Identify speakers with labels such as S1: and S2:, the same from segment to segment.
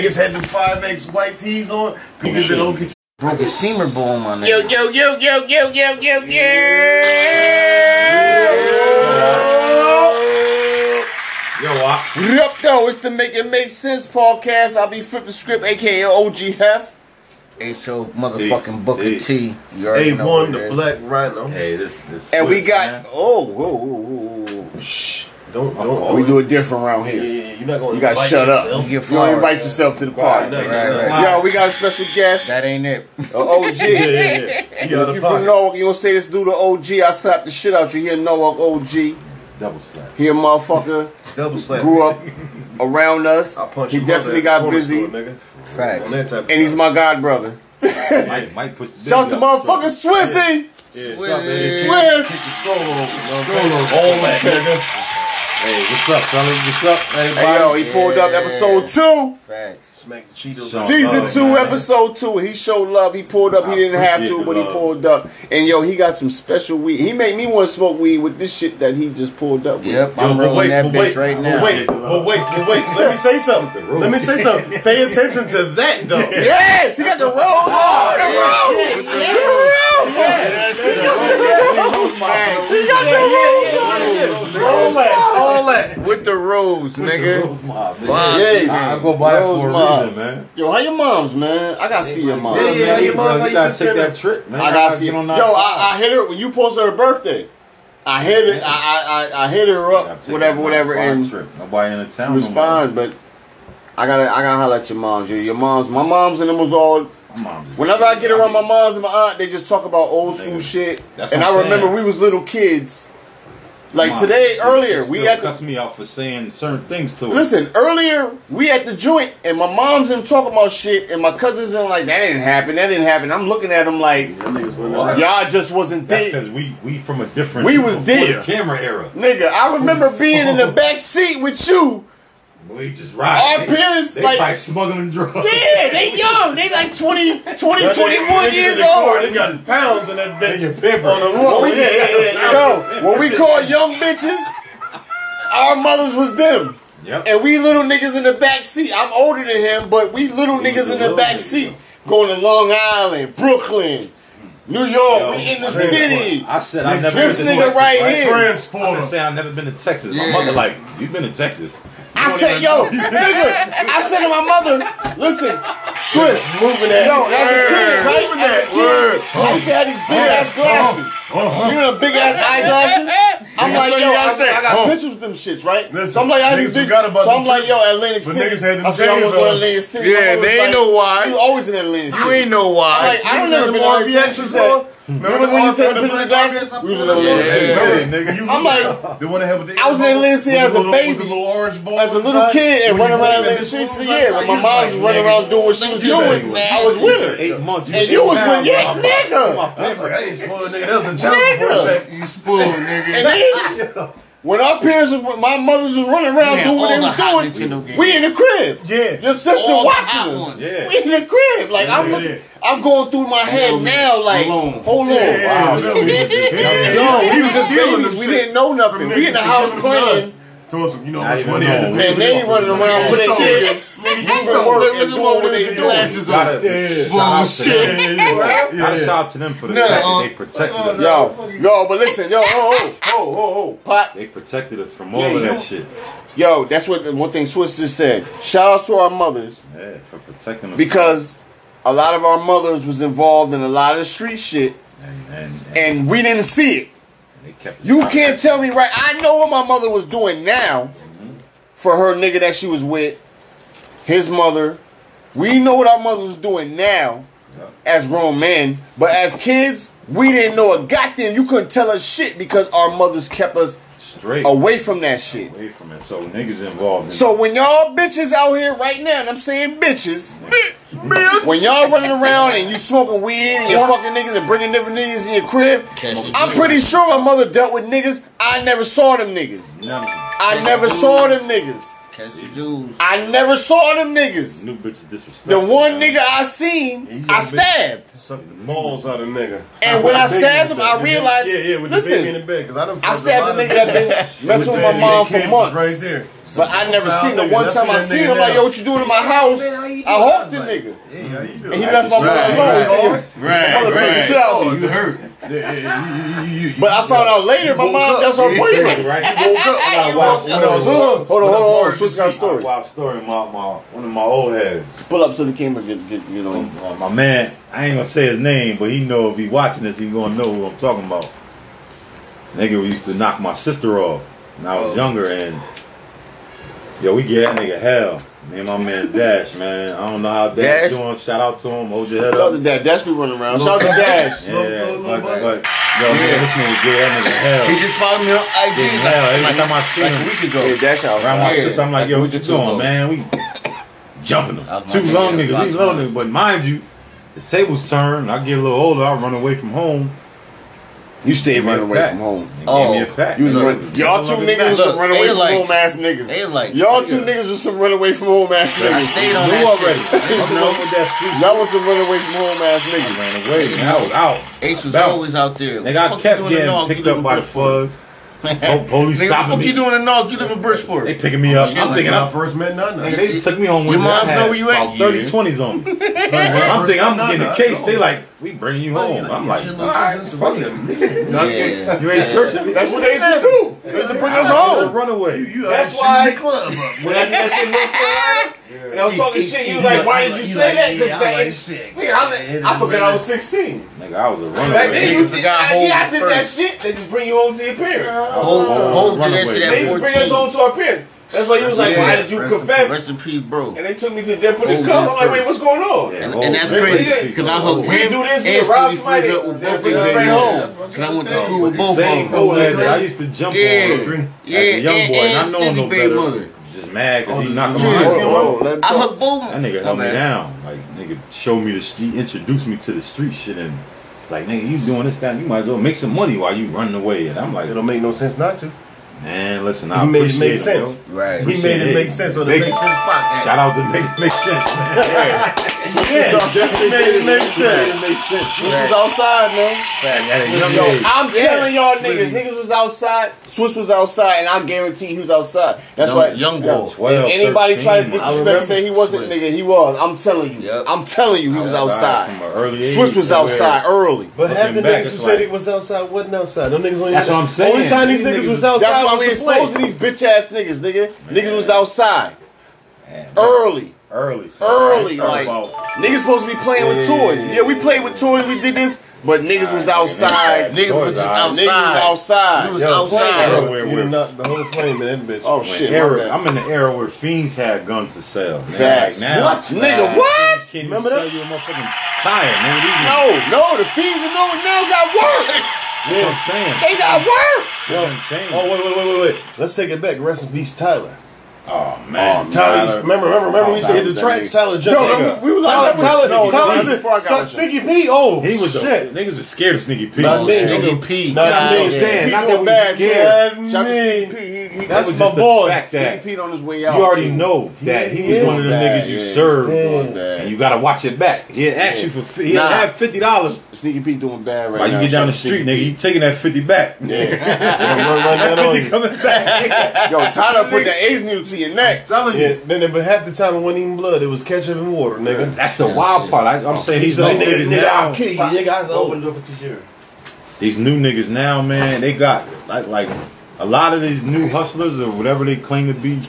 S1: Niggas had them 5X white tees on. People that don't get
S2: Broke a steamer bone, my nigga.
S3: Yo, yo, yo, yo, yo, yo, yo, yo.
S1: Yo, I,
S3: What up, though? It's the Make It Make Sense podcast. I'll be flipping script, aka OG Hef.
S2: H.O. motherfucking Booker
S1: Peace.
S2: T. You already know what
S1: A1,
S2: it
S1: the
S2: is.
S1: Black Rhino.
S3: Hey, this, this.
S2: And we
S1: Switch,
S2: got,
S1: man.
S2: oh, whoa, whoa, whoa, whoa.
S1: Shh. Don't, don't.
S4: Oh, we do it different around
S1: Yeah,
S4: here.
S1: yeah, yeah, you're not going
S4: You gotta shut up.
S2: You
S4: You
S2: get
S4: don't invite
S2: flowers.
S4: yourself to the
S1: Right,
S4: party.
S1: no,
S2: Right,
S1: no,
S2: right.
S1: no.
S3: Yo, we got a special guest,
S2: That ain't it.
S3: a OG.
S1: Yeah, yeah, yeah. You out
S3: If
S1: of
S3: you from
S1: pocket.
S3: Norwalk, you gonna say this dude to OG. I slapped the shit out you. He a Norwalk OG.
S1: Double slap.
S3: He a motherfucker.
S1: Double slap.
S3: Grew up around us.
S1: I punch
S3: He
S1: you
S3: definitely got
S1: up at the corner
S3: busy.
S1: store, nigga.
S2: Facts.
S1: On that type of
S3: And he's my god brother.
S5: Mike, Mike pushed the
S3: Shout out to
S5: baby out.
S3: motherfucking Swizzy.
S1: Yeah,
S2: Swiss.
S1: stop it.
S3: Swizz.
S1: Solo, all that, nigga.
S5: Hey, what's up, fellas? What's up, everybody?
S3: Hey, yo, he pulled up
S2: Yeah.
S3: episode two,
S2: Facts.
S1: Smack the Cheetos.
S5: Shout
S3: season
S5: love,
S1: Oh,
S3: two,
S5: man.
S3: episode two. And he showed love. He pulled up. He didn't have to, but he pulled up. And yo, he got some special weed. He made me want to smoke weed with this shit that he just pulled up with.
S2: Yep,
S1: Yo,
S2: I'm
S1: but
S2: rolling
S1: wait,
S2: that
S1: but
S2: bitch
S1: wait,
S2: right
S1: but
S2: now.
S1: Wait, but wait, but wait. Let me say something. Let me say something. Pay attention to that, though.
S3: Yes, he got the roll on. The roll. The roll. He got the roll
S1: All that, all that.
S3: on. With the rolls, nigga.
S5: Mob, man.
S2: Fuck.
S3: Yes.
S5: I, I go by it
S3: Rose
S5: for a
S3: Mob.
S5: reason, man.
S3: Yo, how your mom's, man? I gotta see your mom.
S1: Yeah, yeah,
S5: man,
S1: your
S5: bro,
S1: mom
S5: you
S1: used
S5: gotta
S1: to
S5: take
S1: tell
S5: that
S1: us-
S5: trip, man.
S3: I gotta see.
S5: get
S3: Yo,
S5: on that
S3: I, I hit her when you posted her birthday. I hit her. I I, I, I hit her
S5: Gotta
S3: up.
S5: take
S3: Whatever,
S5: that
S3: whatever,
S5: farm
S3: and
S5: trip. Nobody in the town. no more.
S3: respond. But I gotta I gotta holler at your moms. Your, your moms. My moms and them was all.
S5: My mom just-
S3: Whenever I get around my
S5: mean,
S3: moms and my aunt, they just talk about old school
S5: Nigga,
S3: shit.
S5: that's
S3: And
S5: what
S3: I
S5: I'm
S3: remember
S5: saying.
S3: we was little kids. Like
S5: mom
S3: today,
S5: still
S3: earlier we
S5: still
S3: at the
S5: cuss me out for saying certain things to her.
S3: Listen, earlier we at the joint and my mom's and talking about shit and my cousins and like that didn't happen, that didn't happen. I'm looking at them like
S5: Why?
S3: y'all just wasn't
S5: That's
S3: there.
S5: because we we from a different.
S3: We was
S5: before
S3: there.
S5: The camera era.
S3: Nigga, I remember being in the back seat with you.
S5: We just ride.
S3: Our parents,
S5: they
S3: like-
S5: probably smuggling drugs.
S3: Yeah, they young. They like 20, 20
S1: That
S3: 21
S1: nigga- nigga in
S3: years
S1: the car, They
S3: old.
S1: got pounds in that
S5: In your
S1: bitch.
S5: paper.
S1: On the lawn. Yeah, yeah, yeah, yeah.
S3: Yo, when we call young bitches, our mothers was them.
S5: Yep.
S3: And we little niggas in the back seat. I'm older than him, but we little niggas in the
S5: little
S3: back
S5: nigga.
S3: seat going to Long Island, Brooklyn, New York.
S5: Yo,
S3: we in the
S5: I said-
S3: city.
S5: I said I never.
S3: This
S5: been to
S3: nigga
S5: Texas,
S3: right here.
S5: I've
S1: Transporter.
S5: been saying I've never been to Texas.
S2: Yeah.
S5: My mother like, you've been to Texas.
S3: I said, yo, nigga, I said to my mother, listen, Swiss, moving that. Yo, as a kid,
S1: word,
S3: right?
S1: moving
S3: As a
S1: that
S3: kid, I used to have these big ass glasses. You know, big ass eyeglasses. I'm
S1: Yeah,
S3: like,
S1: so
S3: yo,
S1: you gotta
S3: I, said,
S1: say,
S3: I got
S1: huh.
S3: pictures of them shits, right? so
S1: Listen,
S3: I'm like, I didn't
S1: niggas
S3: big,
S1: forgot about
S3: so I'm
S1: them
S3: like, yo, Atlantic
S1: But
S3: City.
S1: niggas had them
S3: I said, I want to
S1: chains
S3: go to
S1: on.
S3: Atlantic City.
S4: Yeah,
S3: My mother was
S4: they ain't know why.
S3: You always in Atlantic City.
S4: know
S3: I'm like, I don't
S1: Niggas
S3: never been to Atlantic
S1: had them RVXs
S3: City.
S1: on.
S3: Remember when you took the picture of the glasses? We was in Atlantic
S4: Yeah.
S3: City.
S1: nigga.
S3: I'm like,
S1: they want to have
S3: I was in Atlantic City as a baby.
S1: little orange ball
S3: as a little
S1: inside.
S3: kid and
S1: When
S3: running
S1: you
S3: around like
S1: went in
S3: the streets of
S1: schools
S3: yeah,
S1: outside,
S3: when my
S1: you
S3: mom
S1: was
S3: was
S1: like,
S3: running around doing what she was
S1: You said
S3: doing,
S1: you
S3: I was with her.
S5: Eight months.
S3: And you was with,
S5: My
S3: yeah, nigga.
S1: I was like,
S5: favorite.
S1: I ain't spoiled, nigga. That was a child support
S3: Nigga.
S1: check.
S2: You spoiled, nigga.
S3: And then, when our parents, was, my mothers was running around
S2: Yeah,
S3: doing what
S2: all the hot
S3: they was
S2: Nintendo
S3: doing,
S2: games.
S3: we in the crib.
S1: Yeah.
S3: Your sister
S2: All the hot
S3: watching us.
S2: ones.
S5: Yeah.
S3: We in the crib. Like, I'm
S1: Yeah.
S3: looking, I'm going through my head
S2: on,
S3: now, like,
S2: Hold on.
S3: hold on.
S1: Yeah,
S5: Wow.
S1: no, we was just-
S3: No,
S1: Yeah,
S3: we was
S1: just
S3: just
S1: feeling
S3: babies.
S1: the
S3: We
S1: shit.
S3: didn't know nothing. We in the house playing,
S1: Told us, you know,
S5: Not
S1: how much
S5: even
S1: money
S5: know.
S1: had to
S3: and they running around with their
S1: So-
S3: kids.
S2: Look,
S3: Moving
S2: look
S3: work
S2: at
S3: and
S2: them
S3: doing
S2: over
S3: what
S2: there
S3: they
S2: with
S3: doing.
S2: glasses on.
S5: Gotta,
S1: Yeah.
S2: Bullshit.
S5: Gotta
S1: Yeah.
S5: shout out to them for the
S2: No,
S5: fact
S2: uh,
S5: that they protected us.
S3: Yo, yo, but listen, yo, oh, oh, oh, oh, oh, pop.
S5: They protected us from all
S3: Yeah,
S5: of
S3: you-
S5: that shit.
S3: Yo, that's what the one thing Swiss just said. Shout out to our mothers
S5: Yeah, for protecting us.
S3: because a lot of our mothers was involved in a lot of street shit
S5: and, and, and,
S3: and we didn't see it.
S5: they kept us
S3: You
S5: out.
S3: can't tell me right. I know what my mother was doing now for her nigga that she was with, his mother. We know what our mother was doing now as grown men, but as kids, we didn't know a goddamn. You couldn't tell us shit because our mothers kept us
S5: straight away.
S3: away from that shit.
S5: from it. So niggas involved. In
S3: Oh. So when y'all bitches out here right now, and I'm saying bitches, when y'all running around and you smoking weed and you fucking niggas and bringing different niggas in your crib, I'm pretty sure my mother dealt with niggas. I never saw them niggas.
S5: none of them.
S3: I never saw them niggas.
S2: Catch the Jews.
S3: I never saw them niggas.
S5: new bitches disrespect.
S3: The one nigga I seen, I stabbed.
S1: Suck the balls out of nigga.
S3: And when I
S1: Baby
S3: stabbed
S1: in
S3: him,
S1: the
S3: I
S1: bed.
S3: realized,
S1: Yeah, yeah, with the baby in
S3: listen,
S1: the bed. Cause I done
S3: I
S1: fucked
S3: stabbed
S1: lot
S3: a
S1: of
S3: nigga that
S1: niggas.
S3: been messing
S1: It was
S3: with my
S1: bad.
S3: mom
S1: That
S3: for
S1: kid was Right
S3: months.
S1: there.
S3: But I never
S1: Nah,
S3: seen the
S1: nigga,
S3: one
S1: that's
S3: time I
S1: that
S3: seen
S1: nigga
S3: him, like,
S1: now.
S3: yo, what you doing in my house?
S4: Man, how
S3: I
S4: you doing?
S3: honked the
S4: Like,
S3: nigga.
S1: Yeah, how
S3: And
S1: you
S3: he
S1: doing?
S3: left my
S2: Right,
S3: mother alone.
S2: right.
S3: so yo,
S2: Right,
S3: Motherfucker,
S2: right.
S3: shit out of
S2: you hurt.
S3: But I found out later my
S2: woke
S3: mom,
S2: up.
S3: that's her boyfriend.
S5: Right?
S2: Woke up when I
S5: You
S2: watched
S5: woke
S2: it.
S5: up.
S3: Hold on, hold on, hold on. Switch kind
S5: story.
S3: of story.
S5: Wild story. My, my one of my old heads.
S3: Pull up to the camera, get, get you know.
S5: Um, uh, my man, I ain't gonna say his name, but he know if he watching this, he gonna know who I'm talking about. Nigga used to knock my sister off when I was
S4: Oh.
S5: younger, and yo, we get that nigga hell. Me and my man Dash, man. I don't know how Dash,
S2: Dash?
S5: doing. Shout out to him. Hold your head
S3: Shout out to
S5: up.
S3: Dash. Dash be running around. Shout out to Dash.
S5: Yeah,
S4: Little-
S5: but,
S4: little
S5: but,
S4: buddy.
S5: yo, man, this nigga get that nigga hell.
S2: He just followed me on IG
S5: Getting
S2: like,
S5: hell every
S2: like,
S5: time I see
S2: like
S5: him.
S2: a week ago.
S3: Yeah, Dash out.
S5: Around my
S2: Yeah,
S5: sister, I'm like,
S2: like
S5: yo,
S2: a
S5: what
S2: week
S5: you
S2: or two
S5: doing,
S2: ago.
S5: man? We jumping them.
S2: That was my
S5: Two long
S2: nigga,
S5: niggas,
S2: Fox
S5: these long
S2: Mine.
S5: niggas. But mind you, the tables turn. I get a little older. I run away from home.
S3: You stayed running away
S5: Back.
S3: from home.
S5: They
S2: Oh,
S5: gave me a pack.
S3: You was
S2: Look,
S3: running. Y'all two
S5: look,
S3: niggas
S2: look,
S3: some runaway
S2: they
S3: from
S2: like-
S3: home ass niggas.
S2: They like,
S3: Y'all two niggas was some runaway from home ass
S2: I
S3: niggas.
S2: stayed on
S5: Knew
S2: that
S5: already.
S2: shit.
S5: I was up with that street.
S3: Y'all was some runaway from home ass
S5: I
S3: niggas.
S5: ran away. Man. I was out.
S2: Ace was
S5: Bounce.
S2: always out there.
S5: Nigga,
S2: What the
S5: I
S2: fuck you
S5: kept
S2: doing in
S5: getting
S2: North? You
S5: picked
S2: live
S5: up
S2: in
S5: by the
S2: Bridgeport.
S5: fuzz. Po- Police
S2: Nigga, what the
S5: stopping
S2: fuck you
S5: me.
S2: doing in North? You live in Bridgeport.
S5: They picking me up.
S2: shit,
S5: I'm
S1: I'm thinking
S5: thinking
S1: I
S5: I'm.
S1: first met Nana.
S5: Man, they took me home
S2: Your
S5: with
S2: moms know where you at?
S5: About 30 20s on me. I'm thinking I'm getting a case. They like, we bringing you home. I'm like,
S2: Shit,
S5: all
S2: look,
S5: right,
S2: this is
S5: fuck
S2: real.
S5: it.
S2: Yeah.
S5: You ain't searching me.
S3: That's what they used to do. They used to bring us
S5: Oh,
S3: home.
S5: runaway.
S1: That's
S2: why I club up.
S3: When I did that shit little and I was talking shit, you was like, why did you say that? 'Cause back in- Nigga, I'm- I forgot I was 16.
S5: Nigga, I was a
S3: Back then,
S5: runaway.
S2: Niggas
S3: you did,
S2: forgot
S3: yeah, I
S2: home
S3: did that
S2: first.
S3: shit. They just bring you home to your parents.
S2: Hold, hold your ass to
S5: They
S3: They
S2: that
S3: just
S2: 14.
S3: bring us home to our parents. That's why you was like, why
S2: Yeah.
S3: did you
S4: Rest in-
S3: confess?
S2: Rest in peace, bro.
S3: And they took me to death for the
S2: Hold
S3: cup. I'm
S2: on
S3: like, wait,
S2: first.
S3: what's going on?
S5: Yeah,
S2: And,
S5: hold
S2: and that's
S5: on.
S2: crazy
S3: Nigga,
S2: because I hooked
S3: we
S2: him
S3: do this, we
S2: and
S3: rob
S2: Stevie
S3: somebody,
S2: Fleetwood with
S3: they'll
S2: both
S3: bring
S2: of
S3: us
S2: them
S3: back
S2: babies.
S3: home.
S2: 'Cause I went to
S1: Yo,
S2: school with both of
S5: Same
S2: them.
S5: cold head that I used to jump on
S2: Yeah,
S1: Agree.
S2: yeah,
S5: as a young
S2: and,
S5: boy, and I
S2: and
S5: know no
S2: Stevie
S5: better.
S2: Mother.
S5: Just mad because he
S1: Oh,
S5: knocked
S1: you
S5: my
S1: serious?
S5: head off.
S1: Whoa,
S3: let him
S2: I
S3: talk.
S2: hooked both.
S5: That nigga held me down. Like, nigga showed me the, sh- he introduced me to the street shit and it's like, nigga, you doing this, that, you might as well make some money while you running away. And I'm like,
S1: It don't make no sense not to.
S5: man, listen, I
S1: He made it
S5: appreciate
S1: make
S5: it,
S1: sense.
S5: yo.
S2: Right.
S1: He made it make sense on the
S5: Make
S1: make sense podcast.
S5: Shout out to Make Make Sense, man.
S1: He made it make sense.
S5: Make Sense.
S3: This was outside, man.
S5: At a young
S3: Yo,
S5: age.
S3: I'm telling y'all niggas, niggas was outside. Swiss was outside, and I guarantee he was outside. That's
S2: Young-
S3: why
S2: young
S3: yo,
S2: boy.
S5: 12,
S3: if anybody
S5: 13,
S3: try to
S5: man. I
S3: disrespect,
S5: remember
S3: say he wasn't,
S2: Swiss.
S3: nigga, he was. I'm telling you.
S2: Yep.
S3: I'm telling you, he was
S5: From
S3: outside.
S5: an early age.
S3: Swiss was
S5: to where-
S3: outside early.
S1: But half
S5: Looking
S1: the
S5: back,
S1: niggas who
S5: it's
S1: said
S5: like-
S1: it was outside wasn't outside. Them niggas only
S5: That's what I'm saying.
S1: Only time these niggas was outside
S3: That's why
S1: was
S3: we
S1: to play.
S3: exposed to these bitch ass niggas, nigga. Niggas was outside
S5: Man,
S3: early.
S5: Early. so
S3: Early,
S5: I
S3: like
S5: ain't talking about-
S3: niggas supposed to be playing with toys. Yeah, we played with toys, we did this, but niggas was outside.
S2: Niggas was
S5: Outside.
S3: Niggas was
S2: We
S3: outside.
S2: was
S1: Yo,
S2: outside.
S5: Yo, where-
S1: You
S5: where-
S1: done knocked the whole flame in that bitch.
S3: Oh
S5: When
S3: shit! my
S5: era-
S3: bad.
S5: I'm in the era where fiends had guns for sale. man.
S3: Facts.
S5: Like now,
S3: What? Nigga, what?
S5: Can't even
S1: Remember
S5: sell
S1: that?
S5: you a motherfucking tire, nigga. These niggas-
S3: No, no, the fees are no, now got work.
S5: That's what I'm saying.
S3: They got work.
S1: Oh
S5: Oh,
S1: wait, wait, wait, wait, wait. Let's take it back. Rest in peace, Tyler.
S5: oh man,
S1: Tyler, used, remember, remember, remember, we used to hit the tracks. Tyler jumped.
S5: Yo,
S1: Nigga.
S5: we-
S3: was
S1: Tyler,
S3: like,
S1: Tyler,
S3: no,
S1: Tyler,
S3: this is before I got
S1: Tyler,
S3: with you.
S1: Sneaky P. Oh,
S5: He was
S1: shit.
S5: shit. niggas was scared of Sneaky Pete.
S1: Not me.
S5: Nigga,
S2: Nigga Oh, P.
S1: Nah,
S2: God
S1: I'm just
S2: damn.
S5: saying.
S3: He
S5: not
S3: doing
S5: that we
S3: bad,
S5: scared.
S3: kid. Shout out
S1: Me.
S3: to Sneaky Pete. He, he,
S5: That was
S3: that's
S5: just
S3: my
S5: the
S3: boy.
S5: fact that-
S3: Sneaky Pete on his way
S5: you
S3: out.
S5: already
S3: too.
S5: know that he
S1: is
S5: was one of the
S3: bad,
S5: niggas you
S3: yeah.
S5: served,
S1: Damn.
S3: Doing bad.
S5: and you gotta watch it back. He'll ask you for fi- he'll
S2: Nah.
S5: have fifty dollars.
S3: Sneaky Pete doing bad right
S5: While
S3: now.
S5: you get down the
S3: Shout out
S5: street, nigga, you taking that fifty back.
S1: Run, run, run,
S5: That
S1: run on
S5: fifty
S1: you.
S5: coming back.
S3: to Sneaky. Yo, Tyler put the A's needle to your neck.
S5: Telling
S1: Yeah, then but half the time it wasn't even blood. It was ketchup and water, nigga.
S5: That's the wild part. I, I'm saying these new niggas now.
S1: kill you, nigga. Oh. I open
S4: door for two years.
S5: These new niggas now, man, they got like like a lot of these new hustlers or whatever they claim to be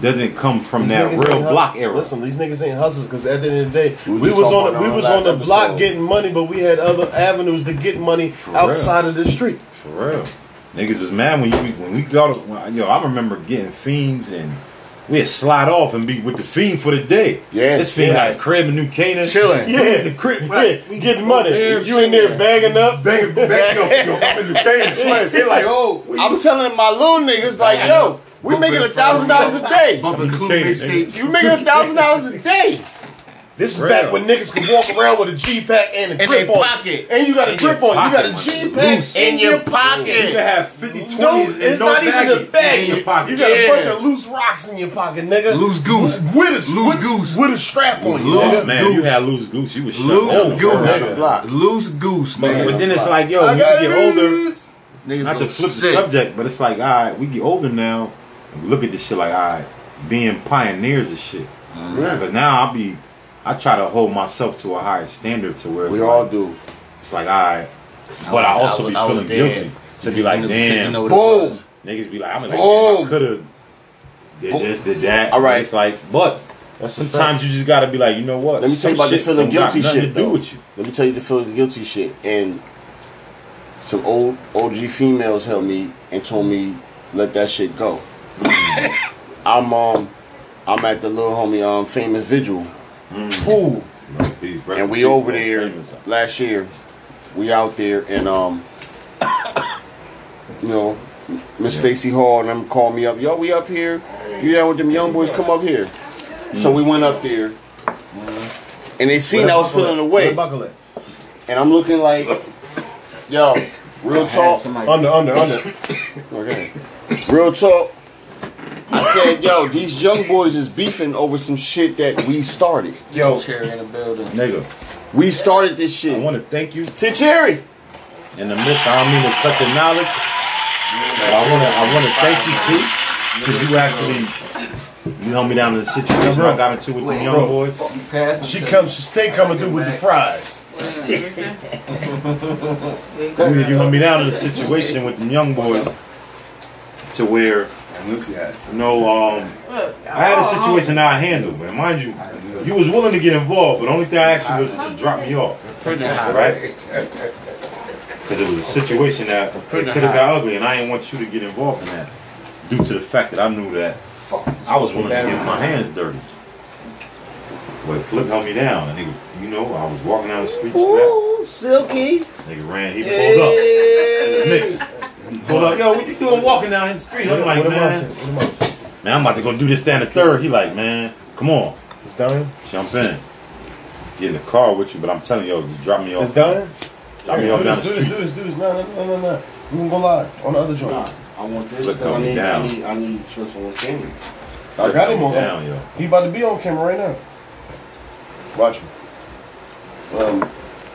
S5: doesn't come from that
S1: These niggas
S5: real
S1: ain't hus-
S5: block era.
S1: Listen, these niggas ain't hustlers because at the end of the day,
S3: We
S1: we,
S3: were just
S1: was on
S3: talking
S1: the,
S3: about
S1: we
S3: it on
S1: was
S3: the
S1: on the
S3: last
S1: block
S3: episode.
S1: getting money, but we had other avenues to get money
S5: real.
S1: outside of the street.
S5: For real, niggas was mad when you when we got when, I- yo. I remember getting fiends and we'd slide off and be with the fiend for the day.
S3: Yeah,
S5: this fiend
S3: yeah.
S5: had a crib in New Canaan,
S2: Chilling.
S1: Yeah, the crib, yeah, we getting money.
S5: Yeah,
S1: You in there bagging up?
S5: Bang, bang, yo, yo, I'm in New Canaan. They like, oh, we-
S3: I'm telling my little niggas, like, yo, we making a thousand dollars a day.
S2: Bumping Clue mixtape.
S3: You making a thousand dollars a day.
S1: This is
S5: Real.
S1: back when niggas could walk around with a G pack and a
S2: In
S1: grip
S2: their
S1: on.
S2: pocket.
S1: And you got a
S5: In
S1: grip
S5: your
S1: on. You got a
S5: pocket,
S1: G
S5: like,
S1: pack
S5: loose.
S1: in your pocket.
S5: You can have 50 20s
S1: No,
S5: and
S1: it's
S5: no
S1: not even a
S5: baggie
S1: bag.
S5: in your pocket.
S1: You got
S2: Yeah.
S1: a bunch of loose rocks in your pocket, nigga.
S2: Loose goose.
S1: With a
S2: Loose
S1: with-
S2: goose.
S1: With a strap on you.
S2: Loose
S1: nigga.
S5: Oh, man,
S2: goose.
S5: you had loose goose. You was shut down.
S2: Loose goose.
S3: Block.
S2: Loose goose,
S5: But, but
S2: nigga.
S5: then it's like, yo,
S1: I
S5: when you
S1: got
S5: get older,
S1: loose.
S2: Niggas
S5: not
S2: go
S5: to flip
S2: sick.
S5: the subject, but it's like, all right, we get older now. and we look at this shit like, all right, being pioneers of shit.
S3: Yeah.
S5: Because now I be, I try to hold myself to a higher standard to where it's
S3: We
S5: like,
S3: all do.
S5: It's like, all right, but I,
S2: was-
S5: also
S2: I
S5: be
S2: was- I was
S5: feeling
S2: there.
S5: guilty to be like, damn,
S2: know what it
S3: Boom.
S2: was.
S5: niggas be like, I'm like,
S3: Boom.
S5: damn, I could have did this, did that.
S3: All right.
S5: It's like, but sometimes you just gotta be like, you know what?
S3: Let me tell
S5: Some
S3: you about the
S5: shit
S3: feeling
S5: don't got
S3: guilty
S5: nothing
S3: shit.
S5: To do
S3: though.
S5: with you.
S3: Let me tell you the feeling guilty shit. And some old OG females helped me and told me let that shit go. I'm um I'm at the little homie um famous vigil.
S5: Mm.
S3: Ooh. and we over there last year. We out there and um, you know, Miss Stacy Hall and them called me up. Yo, we up here. You down with them young boys? Come up here. So we went up there,
S5: Mm-hmm.
S3: and they seen I was feeling away,
S1: Buckle it.
S3: and I'm looking like, yo, real talk.
S1: Under, under, under.
S3: Okay. Real talk. I said, yo, these young boys is beefing over some shit that we started.
S1: Yo,
S2: Chair in the building.
S5: Nigga,
S3: We started this
S5: I
S3: shit.
S5: want to thank you
S3: See, Cherry.
S5: in the midst. I don't mean to cut your knowledge. But I want to. I want to thank you too, because you actually you held me down in the situation I got into with the young
S1: Bro.
S5: boys.
S2: You pass
S1: she comes, she stay coming through with the fries.
S5: You held me down in the situation with the young boys to where
S2: And Lucy has.
S5: you know um, I had a situation I handled, man. Mind you, you was willing to get involved, but the only thing I asked you was to just drop me off,
S2: Pretty high.
S5: right? Because it was a situation that could have got ugly, and I didn't want you to get involved in that due to the fact that I knew that I was willing to get my hands dirty. But Flip held me down, and he, you know, I was walking down the street, strapped.
S4: Ooh, silky.
S5: Nigga ran, he pulled up,
S4: Hey.
S5: mix. Pulled up, yo, what you doing walking down the street? I'm like,
S1: am I
S5: man,
S1: saying? What am I saying?
S5: man, I'm about to go do this, down the third. He like, man, come on.
S1: It's done.
S5: Jump in. Get in the car with you, but I'm telling you, just drop me off.
S1: It's done.
S5: Drop me
S1: Here,
S5: off
S1: do
S5: down
S1: this,
S5: the
S1: do this,
S5: street.
S1: do this, do this. No, no, no, no, no. We gonna go live on the other joint.
S2: I want this.
S5: Look,
S2: I
S5: homie,
S2: need,
S5: down.
S2: I need, I need trust on camera.
S1: I got him on.
S5: down, yo.
S1: He about to be on camera right now. Watch me. Um,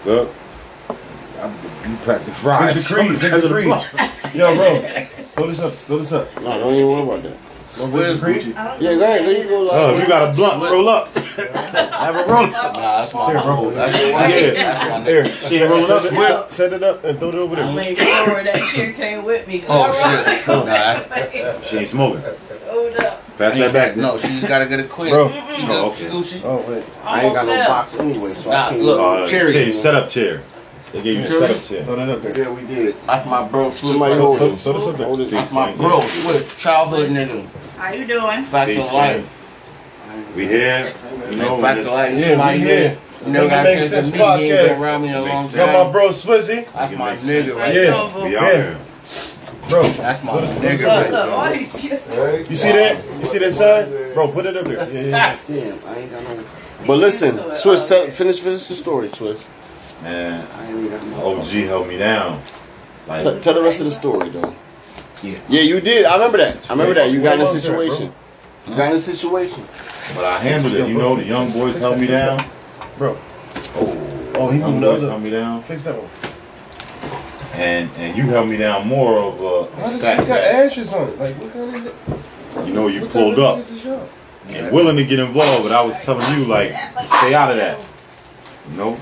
S5: Look,
S2: You pass the
S1: Drink
S2: fries.
S1: the creed. Drink the creed. Yo, bro. Fill this up. Fill this up.
S3: No, don't even worry about that.
S1: Wanna
S2: Where's
S1: drink the
S2: Gucci? Nah,
S3: Yeah, go ahead. There you go.
S5: oh, if
S3: Like,
S5: you got a blunt, roll up. Have a roll up.
S2: that's my
S1: Here, bro.
S2: bro. That's my
S5: Yeah.
S2: That's my
S5: Here,
S2: nigga.
S5: she ain't rolling up.
S1: Set it up. Set it up and throw it over
S4: I
S1: there.
S4: leaned forward. That chair came with me. So
S2: Oh,
S4: I
S2: shit.
S4: rolled
S2: Nah, I-
S4: back.
S5: She ain't smoking.
S4: Hold up.
S5: Pass that back.
S2: No, she just gotta get it quick.
S1: Bro.
S2: She
S5: Oh,
S2: good.
S5: okay.
S2: Gucci.
S1: Oh, wait.
S3: I ain't got no
S4: Almost
S3: box anyway, so
S2: Nah,
S3: I can't.
S2: look.
S5: Uh,
S2: Cherry.
S5: chair, set up chair. They gave you a set up
S1: Throw
S5: chair.
S1: that up there.
S3: Yeah, we did.
S2: That's my bro. Swiss.
S3: Somebody
S2: bro.
S3: hold
S1: Throw,
S3: it.
S1: throw this up there.
S3: Hold it.
S2: That's my bro. Swiss. Childhood nigga.
S4: How you doing?
S2: Fact
S5: Peace,
S2: of life.
S5: We here. You know,
S2: No, fact of
S5: Oh, this-
S2: life.
S1: Yeah,
S2: Somebody
S1: we
S2: here.
S1: here.
S2: You know,
S1: Make
S2: I
S1: it make
S2: said
S1: sense
S2: to me, he ain't
S1: podcast.
S2: been around me in a
S5: Make
S2: long
S5: sense.
S1: Got
S2: time.
S1: my bro Swizzy.
S2: That's
S5: Make
S2: my
S5: sense.
S2: nigga right
S1: Yeah.
S2: there.
S5: We
S4: Look,
S5: out here.
S1: Bro.
S2: That's my
S1: What is-
S2: nigga
S4: look,
S2: right
S4: look,
S2: there.
S4: all these chairs.
S1: You see that? You see that sign? Bro, put it up there. Yeah, yeah,
S2: Damn, I ain't got no.
S3: But listen, Swiss, tell, finish, finish the story, Swiss.
S5: Man,
S2: I ain't got no.
S5: OG held me down. Like,
S3: Tell, tell the rest of the story, though.
S2: Yeah.
S3: Yeah, you did. I remember that. I remember that. You got in a
S1: Well, well, sir,
S3: situation. You got in a situation.
S5: but I handled it. You know, the young boys held me down.
S1: yeah. Bro.
S5: Oh,
S1: Oh, he
S5: young
S1: moved
S5: boys
S1: the other.
S5: held me down.
S1: Fix that one.
S5: and and you held me down more of
S1: Why
S5: uh, the
S1: does
S5: fact
S1: she got
S5: that
S1: ashes on it? Like, look at it.
S5: you know you
S1: What
S5: pulled
S1: type
S5: up
S1: of niggas is y'all?
S5: and willing to get involved, but I was telling you like stay out of that, you know.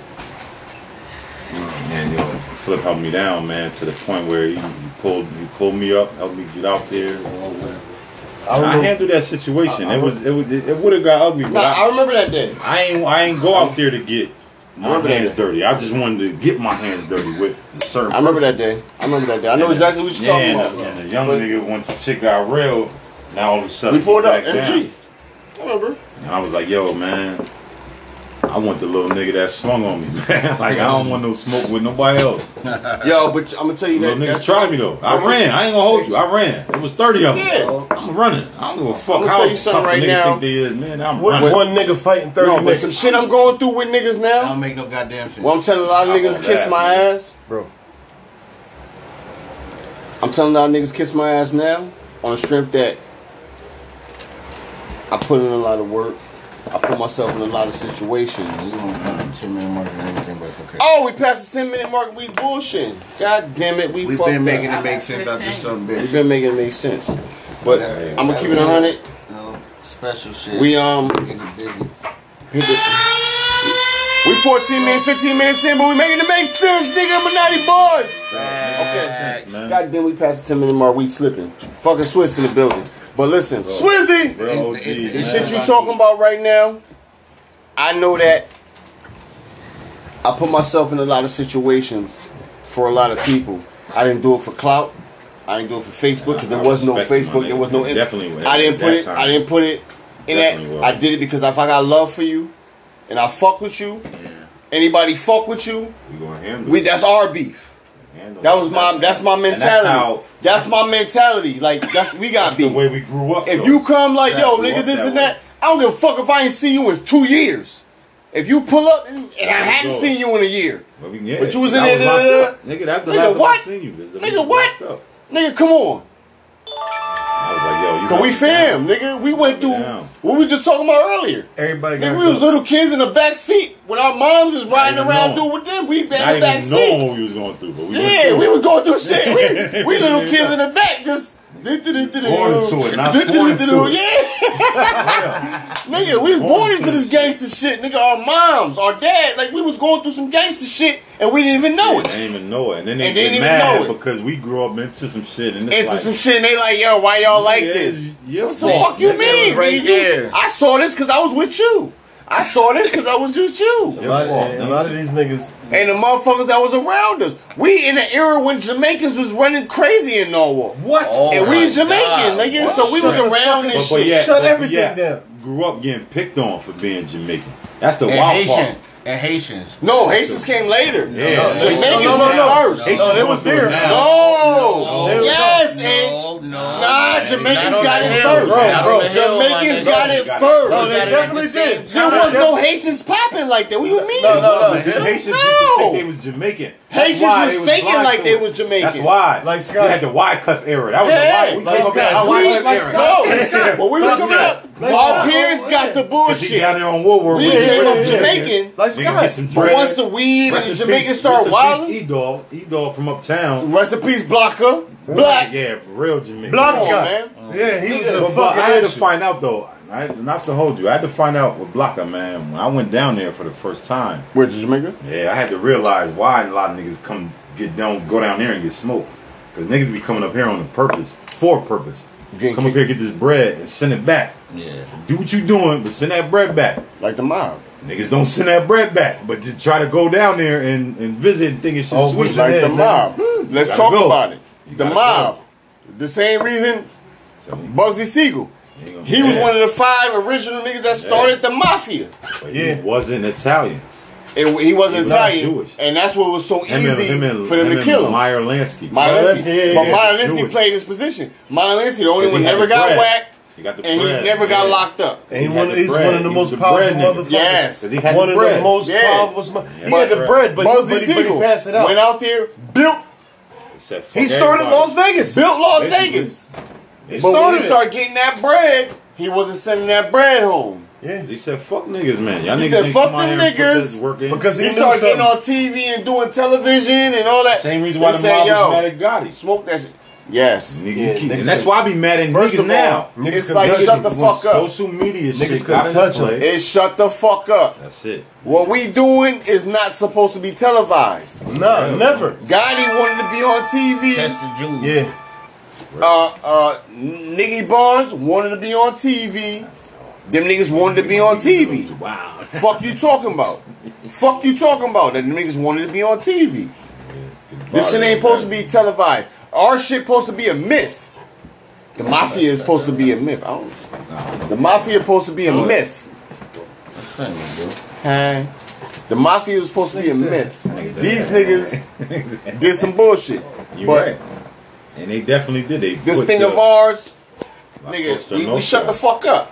S5: And Mm, you know, Flip held me down, man, to the point where he, he pulled he pulled me up, helped me get out there.
S1: I
S5: I
S1: remember.
S5: handled that situation. It was it was it would have got ugly, but
S3: Nah, I
S5: I,
S3: remember that day.
S5: I ain't I ain't go out there to get my
S3: remember that.
S5: hands dirty. I just wanted to get my hands dirty with a certain.
S3: I remember that day. I remember that day. I know exactly what you're
S5: Yeah,
S3: talking
S5: and,
S3: about.
S5: the- and the young
S3: But
S5: nigga once the shit got real, now all of a sudden
S3: We pulled
S5: he
S3: up.
S5: back down.
S3: MG. I remember.
S5: And I was like, yo, man, I want the little nigga that swung on me, man. like, I don't want no smoke with nobody else.
S3: Yo, but I'm gonna tell you
S5: Little
S3: that.
S5: niggas
S3: That's,
S5: tried me, though. I
S3: that's-
S5: ran. I ain't gonna hold you. I ran. It was 30 of them.
S3: Yeah.
S5: I'm running. I don't give a fuck
S3: I'ma
S5: how
S3: tell you
S5: tough
S3: something
S5: a
S3: right
S5: nigga
S3: now.
S5: think they is, man. I'm
S1: One,
S5: running.
S1: one nigga fighting 30
S3: no, but some
S1: niggas.
S3: shit I'm going through with niggas
S2: I
S3: now.
S2: don't make no goddamn sense.
S3: Well, I'm telling a lot of
S5: I'm
S3: niggas
S5: on
S3: kiss
S5: that,
S3: my
S5: man.
S3: ass.
S1: Bro.
S3: I'm telling y'all niggas kiss my ass now on a strength that I put in a lot of work. I put myself in a lot of
S2: we
S3: situations.
S2: gonna go to 10 minute mark and everything, but it's okay.
S3: Oh, we passed the 10 minute mark and we bullshitting. God damn it, we
S2: We've
S3: fucked
S2: been making
S3: up.
S2: it make sense out this son of a
S3: We've
S2: bitch.
S3: been making it make sense. But I'm gonna keep it 100.
S2: No special shit.
S3: We um
S2: Nigga busy.
S3: we 14 minutes, 15 minutes in, but we making it make sense, nigga. Illuminati boys.
S5: Okay. Man.
S3: God damn, we passed the 10 minute mark. We slipping. Fucking Swiss in the building. But listen,
S1: Swizzy!
S5: Bro,
S2: It-
S5: OG,
S2: it-
S3: The
S2: it
S5: man.
S3: shit you talking about right now, I know that I put myself in a lot of situations for a lot of people. I didn't do it for clout. I didn't do it for Facebook because there
S5: I
S3: was no
S5: respect my
S3: Facebook. There was no.
S5: nigga. Definitely would.
S3: I didn't
S5: At
S3: put
S5: that
S3: it.
S5: time.
S3: I didn't put it in
S5: Definitely
S3: that.
S5: would.
S3: I did it because if I got love for you, and I fuck with you, anybody fuck with you,
S5: We gonna handle
S3: we
S5: it.
S3: that's our beef.
S5: Handle
S3: That
S5: it.
S3: was my. That's my
S5: And that's
S3: mentality.
S5: how-
S3: That's, my mentality. Like that's we got
S5: the
S3: beef.
S5: way we grew up.
S3: If
S5: though.
S3: you come like, yo,
S5: Exactly.
S3: nigga, this
S5: Walk
S3: and
S5: that
S3: that, I don't give a fuck if I ain't seen you in two years. If you pull up and, and I hadn't
S5: Go.
S3: seen you in a year,
S5: Well, we- yeah,
S3: But you was
S5: I
S3: in there,
S5: locked
S3: da, da,
S5: up. nigga. That's the
S3: Nigga,
S5: last time
S3: what?
S5: I seen you. is that
S3: Nigga,
S5: we was
S3: what?
S5: locked up.
S3: nigga, come on.
S5: I was like, yo, you.
S3: Cause
S5: locked
S3: we
S5: it
S3: fam,
S5: down.
S3: nigga. We went through
S5: Down.
S3: what we just talking about earlier.
S5: Everybody got
S3: Nigga, we was little kids in the back seat when our moms was riding
S5: even
S3: around
S5: knowing.
S3: doing with them. We back
S5: not
S3: in the back
S5: even
S3: seat.
S5: knowing what we was going through, but we went
S3: Yeah,
S5: through
S3: we
S5: it.
S3: were going through shit. We, we little
S5: Yeah.
S3: kids in the back just. Born
S5: Born into it, not born into it.
S3: Yeah, nigga, we was
S5: Born
S3: born
S5: into
S3: into this
S5: it.
S3: gangster shit, nigga. Our moms, our dad, like we was going through some gangster shit, and we didn't even know
S5: Yeah,
S3: it.
S5: they didn't even know it, and then they
S3: And they
S5: get
S3: didn't even
S5: mad
S3: know it.
S5: because we grew up into some shit. And it's
S3: Into
S5: like,
S3: some shit, and they like, yo, why y'all like
S5: yeah,
S3: this?
S5: Your
S3: What the fuck you
S2: That was
S3: mean?
S2: right
S3: nigga?
S2: there.
S3: I saw this because I was with you. I saw this because I was with you.
S1: A lot, a lot of these niggas,
S3: And the motherfuckers that was around us. We in the era when Jamaicans was running crazy in Norwalk.
S1: what?
S2: Oh,
S3: and
S2: my
S3: we Jamaican,
S2: God.
S3: nigga.
S2: What?
S3: So we was around
S5: But,
S3: this
S5: but
S3: shit.
S5: yeah,
S1: Shut
S5: but,
S1: everything
S5: but yeah,
S1: down.
S5: Grew up getting picked on for being Jamaican. That's the
S2: And
S5: wild part.
S2: Haitian. And Haitians.
S3: No, Haitians came later.
S5: Yeah.
S2: No, no,
S3: Jamaicans
S1: no, no, no.
S3: was first.
S5: Haitians
S1: No, they
S5: going
S1: was
S5: through it
S1: there.
S5: now.
S3: No.
S2: No.
S3: Yes,
S2: No,
S3: H.
S2: no.
S3: Nah, Jamaicans
S2: Not on
S3: got
S2: the
S3: it
S2: hill.
S3: first.
S1: Bro,
S2: Not on
S1: bro.
S2: the hill, my
S3: Jamaicans
S2: nigga.
S3: got it
S5: Got it.
S1: No,
S3: first.
S1: they
S2: Got it at the
S1: definitely
S2: same
S1: did.
S3: There
S2: time.
S3: was no Haitians popping like that. What you mean?
S1: No, no, no.
S5: But them Haitians used to
S3: No.
S5: think they was Jamaican. That's
S3: Haitians
S5: why
S3: was
S5: they
S3: faking
S5: blind
S3: like
S5: to
S3: they
S5: it.
S3: was Jamaican.
S5: That's why.
S1: Like
S5: They
S1: Scott.
S5: had the Y Cuff era. That was
S3: Yeah,
S5: the Y. We
S1: like
S5: talking about
S1: Scott.
S5: the Y Cuff
S1: Like
S5: era.
S1: Scott.
S3: No, when we was
S1: Stop
S3: coming
S1: that.
S3: up,
S1: Let's
S3: our
S1: stop.
S3: parents got the
S5: Cause he down
S3: bullshit.
S5: there on Woodward.
S3: We
S5: with his
S3: came
S1: yeah,
S3: up
S5: friends.
S1: yeah.
S3: Jamaican,
S1: Like
S5: Nigga get
S1: Scott.
S5: some
S3: but
S5: dread.
S3: once the weed and
S5: Rest
S3: the
S5: in
S3: Jamaicans
S5: peace-
S3: started
S5: rest in peace,
S3: wilding,
S5: E-Dog, E-Dog from uptown.
S3: rest in peace, Blocker, Black.
S5: Yeah, real Jamaican.
S1: Block.
S3: Come on, man.
S1: Yeah, he was
S5: But,
S1: a fucking
S5: but I had to
S1: ass.
S5: find out though. I not to hold you. I had to find out with Blocker, man. When I went down there for the first time,
S3: Where did Jamaica?
S5: yeah, I had to realize why a lot of niggas come get down, go down there and get smoked. Cause niggas be coming up here on a purpose, for a purpose.
S3: Getting
S5: Come up here, get this bread and send it back.
S2: Yeah.
S5: Do what you doing, but send that bread back.
S3: Like the mob.
S5: Niggas don't send that bread back, but just try to go down there and, and visit and think it's just
S1: Oh,
S5: sweet.
S1: we
S3: Like
S1: Yeah,
S3: the
S1: man.
S3: mob. Let's
S5: gotta
S3: talk
S5: go.
S3: about it.
S5: You
S3: The
S5: gotta
S3: mob. The same reason
S5: So,
S3: Bugsy Siegel. He was
S5: yeah,
S3: one of the five original niggas that started the mafia.
S5: but
S1: Yeah.
S5: He wasn't Italian.
S3: And
S5: He
S3: he wasn't
S5: was
S3: Italian,
S5: Jewish.
S3: and that's what was so
S5: Him and,
S3: easy
S5: him and,
S3: for them
S5: him
S3: to kill
S5: and
S3: him.
S5: Meyer Lansky.
S3: Meyer
S1: Meyer
S3: Lansky,
S1: Lansky, yeah,
S3: but
S1: yeah,
S3: Meyer
S5: yeah,
S3: Lansky
S5: Jewish.
S3: played his position. Meyer Lansky, the only
S5: Because
S3: one
S5: he had
S3: never
S5: the
S3: got
S5: bread.
S3: whacked,
S5: He got the
S3: and
S5: bread.
S3: he never got
S5: Yeah.
S3: locked up.
S1: And he
S5: He
S1: one,
S5: had the
S1: he's
S5: bread.
S1: one of the
S5: He was
S1: most
S5: the
S1: powerful
S5: bread nigga.
S1: motherfuckers.
S3: Yes.
S5: 'Cause he had
S1: one
S5: the
S1: of
S5: bread.
S1: the most
S3: Yeah.
S1: powerful. Sm- he
S5: But
S1: had the bread, but,
S3: Bugsy
S1: but he
S3: Siegel
S1: couldn't pass it out.
S3: went out there, built,
S5: Except for
S1: he started
S5: everybody.
S1: Las Vegas.
S3: built Las
S5: Basically,
S3: Vegas.
S5: He
S3: But when
S5: started
S3: he
S5: it.
S3: started getting that bread, he wasn't sending that bread home.
S1: Yeah,
S5: He said, "Fuck niggas, man. Y'all
S3: He
S5: niggas
S3: said,
S5: ain't
S3: "Fuck
S5: come out
S3: them
S5: here and put
S3: niggas."
S5: this work in."
S1: because he,
S3: He
S1: knew
S3: started
S1: something.
S3: getting on TV and doing television and all that.
S5: same reason
S3: They
S5: why the
S3: said,
S5: mob was
S3: yo,
S5: mad at Gotti.
S3: Smoke that shit. Yes.
S5: Nigga,
S1: Yeah,
S5: you keep-
S1: niggas
S5: and that's
S1: could-
S5: why I be mad at
S3: First
S5: niggas
S3: of
S5: now.
S3: all,
S1: Niggas
S3: it's
S1: could
S3: like
S1: touch
S3: shut
S1: it
S3: the
S1: with
S3: fuck up.
S5: Social media
S1: couldn't
S5: shit got into
S1: touch
S5: play.
S3: It's shut the fuck up.
S5: That's it.
S3: What we doing is not supposed to be televised.
S1: No,
S5: Yeah.
S1: never.
S3: Gotti wanted to be on TV.
S2: That's the Jews.
S1: Yeah,
S3: Uh, uh, Niggy Barnes wanted to be on TV. Them niggas wanted to be on TV.
S5: Wow.
S3: Fuck you talking about? Fuck you talking about? That niggas wanted to be on TV. This shit ain't supposed to be televised. Our shit supposed to be a myth. The mafia is supposed to be a myth. I don't. The mafia supposed to be a myth. Hey. The mafia is supposed to be a myth. These niggas did some bullshit.
S5: You
S3: But
S5: right. And they definitely did. They
S3: this
S5: put
S3: thing
S5: the,
S3: of ours,
S5: I
S3: nigga,
S5: pushed the
S3: we, we
S5: notes
S3: shut the
S5: out.
S3: fuck up.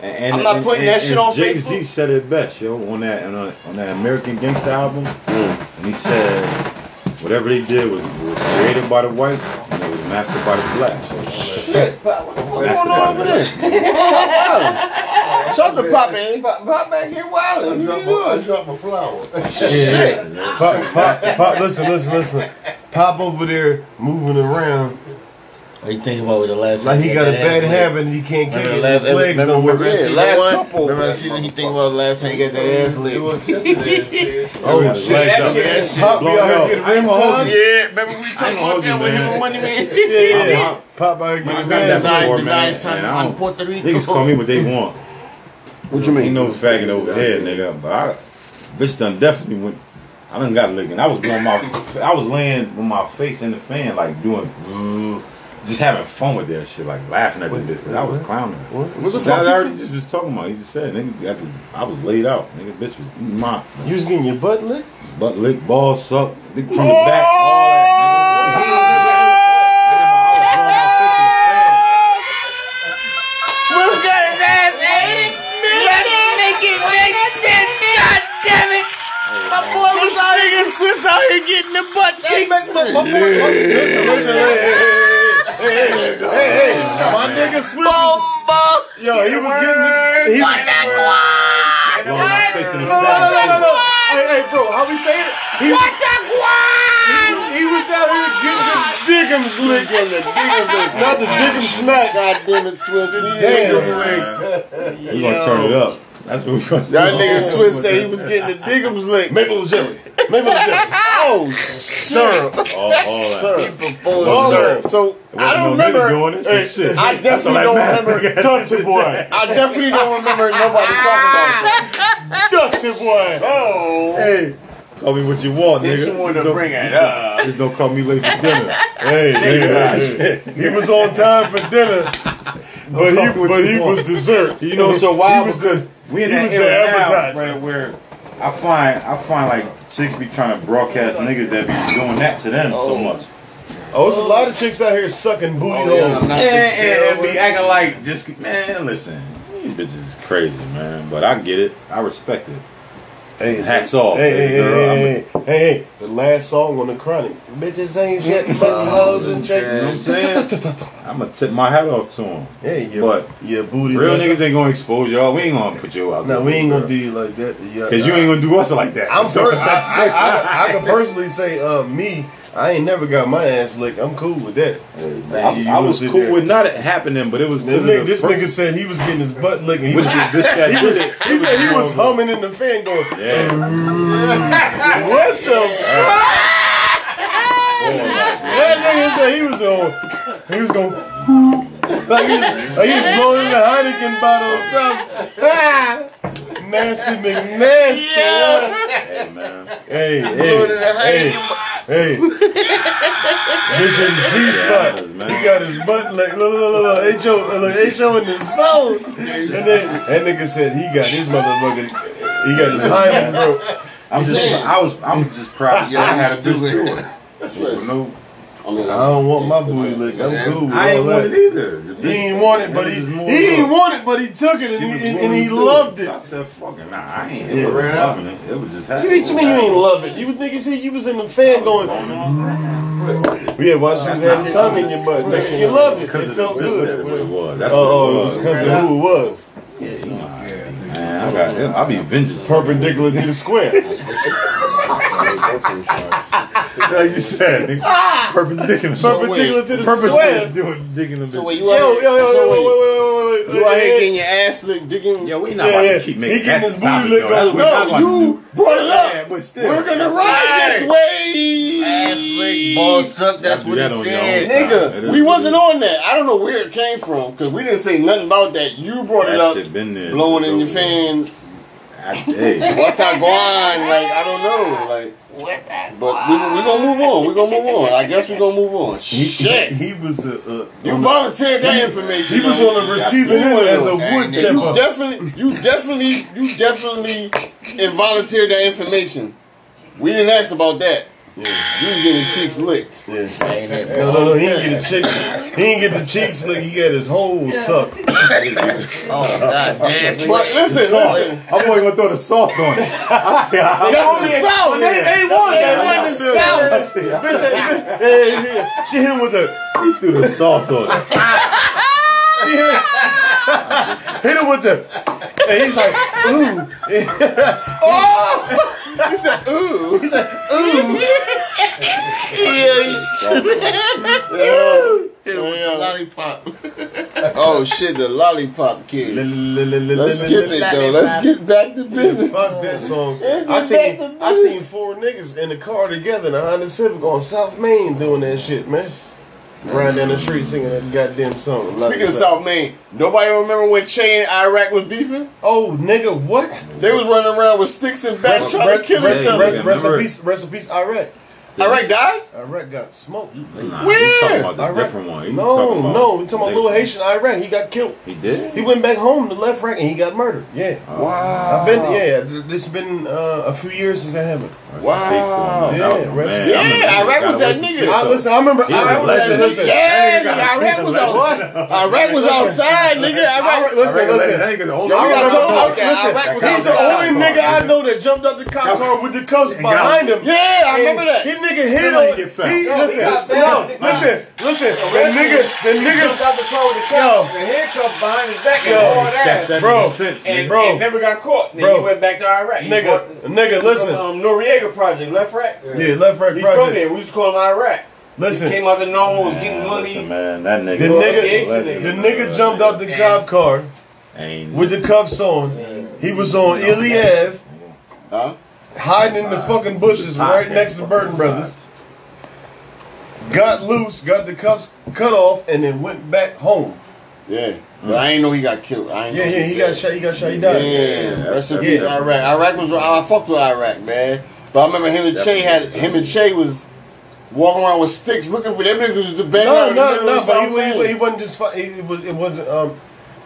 S5: And, and,
S3: I'm not
S5: and-
S3: putting
S5: and-
S3: that shit
S5: and
S3: on
S5: Jay-Z
S3: Facebook.
S5: said it best, yo, on that on, that- on that American Gangsta album. And he said, whatever they did was, was created by the whites and it was mastered by the blacks. So,
S3: Shit.
S4: But what the fuck?
S5: mastered by the blacks.
S3: Shut the pop in.
S4: Pop, pop back here,
S2: I dropped
S4: Wiley. What you
S2: my- I
S4: doing?
S2: dropped my flower.
S1: yeah.
S3: Shit.
S1: Pop, pop, pop. Listen, listen, listen. Pop over there moving around.
S2: Like think about what the last
S1: Like he
S2: time
S1: got a
S2: that
S1: bad
S2: ass
S1: habit and he can't
S2: licked.
S1: get
S2: Remember
S1: it.
S2: the last
S1: His legs
S2: remember
S1: don't
S2: when
S1: work.
S2: we
S3: Yeah,
S2: seen
S3: last
S2: the one-
S3: supper.
S2: Remember she he think about the last time he got that ass licked.
S1: Oh shit!
S5: That shit
S2: is
S1: Pop be
S5: blowing
S1: out
S5: up.
S1: here getting rim hugs.
S2: Yeah, remember we talking
S5: hold
S2: about that
S5: you,
S2: with
S5: man.
S2: him and Money Man?
S1: Yeah, yeah.
S5: Pop out here
S2: When
S5: getting
S2: it's
S5: his ass
S2: designed-
S5: before, man.
S2: designed son,
S5: Man, I
S2: on
S5: don't-
S2: Puerto Rico.
S5: Niggas call me what they want.
S3: What you
S5: Ain't
S3: mean?
S5: no faggot over here, nigga. But I, bitch, done definitely went. I done got licking. I was doing my, I was laying with my face in the fan, like doing, just having fun with that shit, like laughing at the bitch. Cause I was clowning. her.
S3: What the
S5: That I
S3: fuck?
S5: already just was talking about. He just said, nigga, got the- I was laid out. Nigga, bitch was eating my
S1: You was getting your butt licked.
S5: butt lick, ball suck, lick from the back, all that.
S3: Swiss got his ass Swiss out here getting the butt cheeks.
S1: Listen, listen, hey, hey, hey, hey, hey, hey, my nigga Swiss. Yo, he was getting. He
S5: Nigga,
S1: was.
S5: my ass blowing my face in the
S1: No, no, no,
S5: back.
S1: no, no. Hey, hey, bro, how we say it? He was, he was out here getting his dickums licked.
S3: Getting the diggers
S1: Not the dickums smack.
S3: God damn it, Swiss.
S1: Damn.
S5: We gonna turn it up. That's what we gonna
S3: That
S5: do.
S3: nigga Swiss said he was getting the diggums licked.
S1: Maple jelly. Maple jelly.
S3: Oh, sir.
S5: All, all that.
S1: Sir.
S3: Oh,
S1: sir.
S3: So I
S5: Wasn't
S3: don't
S5: no niggas
S3: remember.
S5: doing this
S1: Hey,
S5: shit.
S3: I
S5: That's all
S3: definitely
S5: that
S3: don't
S5: matters.
S3: remember.
S1: Dirty boy.
S3: I definitely don't remember nobody talking
S1: Ah.
S3: about that.
S1: Dirty boy.
S3: Oh,
S5: Hey, call me what you want,
S3: Since
S5: nigga.
S3: you wanted to
S5: Just don't-
S3: bring it
S5: just don't- Just don't call me late for dinner. hey, hey, hey.
S1: He was on time for dinner, but
S5: Don't fuck
S1: he
S5: with
S1: but
S5: you
S1: he
S5: want.
S1: was dessert.
S5: You know, so why
S1: He was
S5: because we in
S1: he
S5: that
S1: was
S5: era
S1: the
S5: now
S1: advertiser.
S5: where, where I find I find like chicks be trying to broadcast niggas that be doing that to them so much.
S1: Oh, it's a lot of chicks out here sucking booty holes.
S5: And, and, and be acting like just man, listen, these bitches is crazy, man. But I get it, I respect it.
S1: Hey,
S5: Hats off,
S1: Hey, hey,
S5: baby
S1: hey,
S5: girl. I'm a-
S1: hey, hey, hey, hey, the last song on the chronic. Bitches ain't shit, fucking hoes and
S5: You know what I'm saying? I'm gonna tip my hat off to him.
S1: Hey, yeah,
S5: But-
S1: yeah, booty.
S5: Real
S1: nigga.
S5: niggas ain't gonna expose y'all. We ain't gonna put you out
S1: No, we ain't gonna
S5: girl.
S1: do you like that. Yeah,
S5: Cause you ain't gonna do us like that.
S1: I'm
S5: So-
S1: per- I, I, I, I, can personally say, uh, me, I ain't never got my ass licked. I'm cool with that.
S5: I, I was cool with not it happening, but it was
S1: This,
S5: it was
S1: nigga,
S5: the
S1: this
S5: first-
S1: nigga said he was getting his butt licked. and He,
S5: With
S1: was,
S5: the bitch that did it.
S1: he said he was humming in the fan going,
S5: Yeah.
S1: What the fuck? Oh That nigga said he was on. He was going. Like he was, like he was blowing in a Heineken bottle or something. Ah, nasty McNasty.
S5: Hey, man.
S1: Hey, hey, hey, hey. Bitch in the G spot. He got his butt like look, look, look, look, look, H.O. Look, H.O. in the zone. And then that nigga said he got his motherfucker. He got his hymen broke.
S5: I'm just I was I was just proud to see I had a bitch do it. No,
S1: I don't want my booty licked. I'm cool with
S5: I
S1: all
S5: ain't want
S1: that.
S5: it either. The
S1: He
S5: bitch-
S1: ain't want it, but
S5: that
S1: he,
S5: bitch
S1: he
S5: is more
S1: ain't
S5: love.
S1: want it, but he took it and,
S5: She was
S1: he, and,
S5: more
S1: and he
S5: into
S1: loved it.
S5: I said, "Fucking nah, I ain't.
S1: Yeah.
S5: It wasn't loving it. It was just
S1: You,
S5: happening."
S1: what you mean you ain't love it? You was niggas see you was in the fan going, yeah, why she was having
S5: not-
S1: tongue in your butt? Nigga, you loved it.
S5: Because
S1: It
S5: of the
S1: felt
S5: bitch that
S1: good.
S5: it was. That's
S1: Oh, oh, it
S5: what
S1: was because of who it was.
S5: Yeah, you know. how I be, Man, I got him. I be vengeance.
S1: Perpendicular to the square.
S5: Yeah, you said nigga. Ah! perpendicular.
S1: Perpendicular to the square.
S5: doing digging the
S3: so
S5: bitch.
S3: wait, you
S1: Yo, yo,
S3: out
S1: yo,
S3: here, so
S1: yo,
S3: wait,
S1: wait, wait, wait, wait, wait,
S3: you out
S1: wait,
S3: here
S1: wait.
S3: getting your ass licked, digging?
S5: Yeah, we not
S1: Yeah,
S5: about
S1: yeah.
S5: to keep making
S1: He getting
S5: that
S1: his
S5: the
S1: booty
S5: topic,
S1: licked
S5: though. That's what
S1: on-
S5: we're
S1: No,
S5: not gonna
S1: you
S5: do.
S1: brought it up.
S5: Yeah, but still,
S1: We're gonna
S3: Right
S1: ride
S3: this
S1: this
S3: way,
S2: Ball suck, that's
S5: do
S2: what
S5: that
S2: he
S5: on
S2: said.
S5: your own. Nah, it
S3: nigga.
S5: is
S3: We
S5: what
S3: wasn't
S5: it
S3: on that. I don't know where it came from because we didn't say nothing about that. You brought
S5: That
S3: it up,
S5: shit been there.
S3: blowing in your
S5: It's
S3: fan,
S5: I, hey,
S3: what I going? Like I don't know, like.
S4: What that?
S3: But we we gonna move on. We gonna move on. I guess we gonna move on. Shit,
S1: He was a. uh,
S3: you volunteered that information.
S1: He was
S3: man.
S1: on the receiving end as a wood
S3: You
S1: chipper.
S3: definitely, you definitely, you definitely involunteered that information. We didn't ask about that. You was getting cheeks licked.
S2: Ain't that
S1: No, no, no, he didn't get the cheeks. He didn't get the cheeks lick. He got his whole suck.
S2: Oh, God damn.
S3: But listen, listen.
S5: I wasn't gonna throw the sauce on it. I said, I,
S3: That's the South.
S1: They- they
S3: won.
S1: that.
S3: the South.
S1: Hey, hey, she hit him with the.
S5: he threw the sauce on it.
S1: She hit him, hit him with the. And he's like, ooh.
S3: He said, ooh. He said, ooh.
S2: Yeah, he's
S3: Yeah. Yeah.
S2: lollipop.
S3: Oh shit, the lollipop kid. Let's skip it though. Let's get back to business.
S1: Fuck that song.
S3: Let's
S1: I
S3: get back
S1: seen
S3: to
S1: I seen four niggas in the car together in a Honda Civic on South Main doing that shit, man. Riding down the street singing that goddamn song. Love
S3: Speaking of
S1: it.
S3: South Main, nobody remember when Che and Iraq was beefing?
S1: oh nigga, what?
S3: They was running around with sticks and bats
S1: Rest,
S3: trying
S1: rest,
S3: to kill
S1: rest,
S3: each other.
S1: rest, rest in
S5: Remember-
S1: peace, rest in peace, Iraq.
S3: Iraq died?
S1: Iraq got smoked.
S5: Nah,
S3: Where?
S5: He talking about the
S1: Iraq.
S5: different one. He
S1: No,
S5: talking about,
S1: no, we talking about
S5: they-
S1: little Haitian Iraq. He got killed.
S5: He did.
S1: He went back home to left rack and he got murdered. Yeah.
S3: Wow.
S1: I've been,
S5: Ah.
S1: yeah, th- it's been uh, a few years since that happened.
S3: Wow.
S1: Yeah, rest-
S3: Yeah, Iraq was that nigga.
S1: I, listen, I remember,
S5: Yeah,
S1: I, listen,
S5: listen.
S1: listen.
S3: Yeah, nigga, Iraq was outside. Iraq was outside, nigga. Iraq.
S1: Iraq- listen, listen.
S5: Hold
S1: Y'all
S3: Y'all
S1: got
S3: got
S1: told
S3: told out
S1: out
S3: that
S1: listen,
S3: Iraq was
S1: He's the
S3: outside.
S1: only nigga I know that jumped out the cop car with the cuffs behind him.
S3: Yeah, I remember that.
S1: And He nigga hit
S5: Still ain't
S1: on.
S5: get found.
S1: He,
S5: No,
S1: listen, no, listen, listen. The nigga, the nigga,
S6: out the car with the
S1: Yo.
S6: cuffs, the handcuffs behind his back,
S1: Yo.
S6: and all
S5: That's
S6: that.
S5: that
S1: Bro.
S5: bro. Sense,
S6: And,
S5: nigga.
S1: Bro.
S6: and never got caught. Then
S1: Bro.
S6: he went back to Iraq. He bought-
S1: nigga, nigga.
S6: From,
S1: Listen,
S6: um, Noriega Project, left rack.
S1: yeah, left right
S6: He's from
S1: project.
S6: there. We used to call him Iraq. He
S1: Listen,
S6: came out the normal, was getting
S5: Man,
S6: money.
S5: listen, man, that nigga.
S1: the nigga, the nigga jumped out the cop car
S5: Ain't
S1: with the cuffs on. He was on Illy Ave,
S3: Huh?
S1: hiding in the fucking bushes right next to Burton Brothers. Got loose, got the cuffs cut off, and then went back home.
S3: Yeah. But I ain't know he got killed. I ain't
S1: Yeah,
S3: know
S1: yeah, he
S3: dead.
S1: got shot. He got shot. He died.
S3: Yeah, rest in
S1: Yeah.
S3: peace, Iraq. Iraq was I fucked with Iraq, man. But I remember him and Che had him and Che was walking around with sticks looking for them niggas was the bang out
S1: No,
S3: in the
S1: no,
S3: middle
S1: no.
S3: of
S1: But he,
S3: South
S1: wa- he, wa- he
S3: Main.
S1: wasn't just. Fu- he, it was. It wasn't. Um,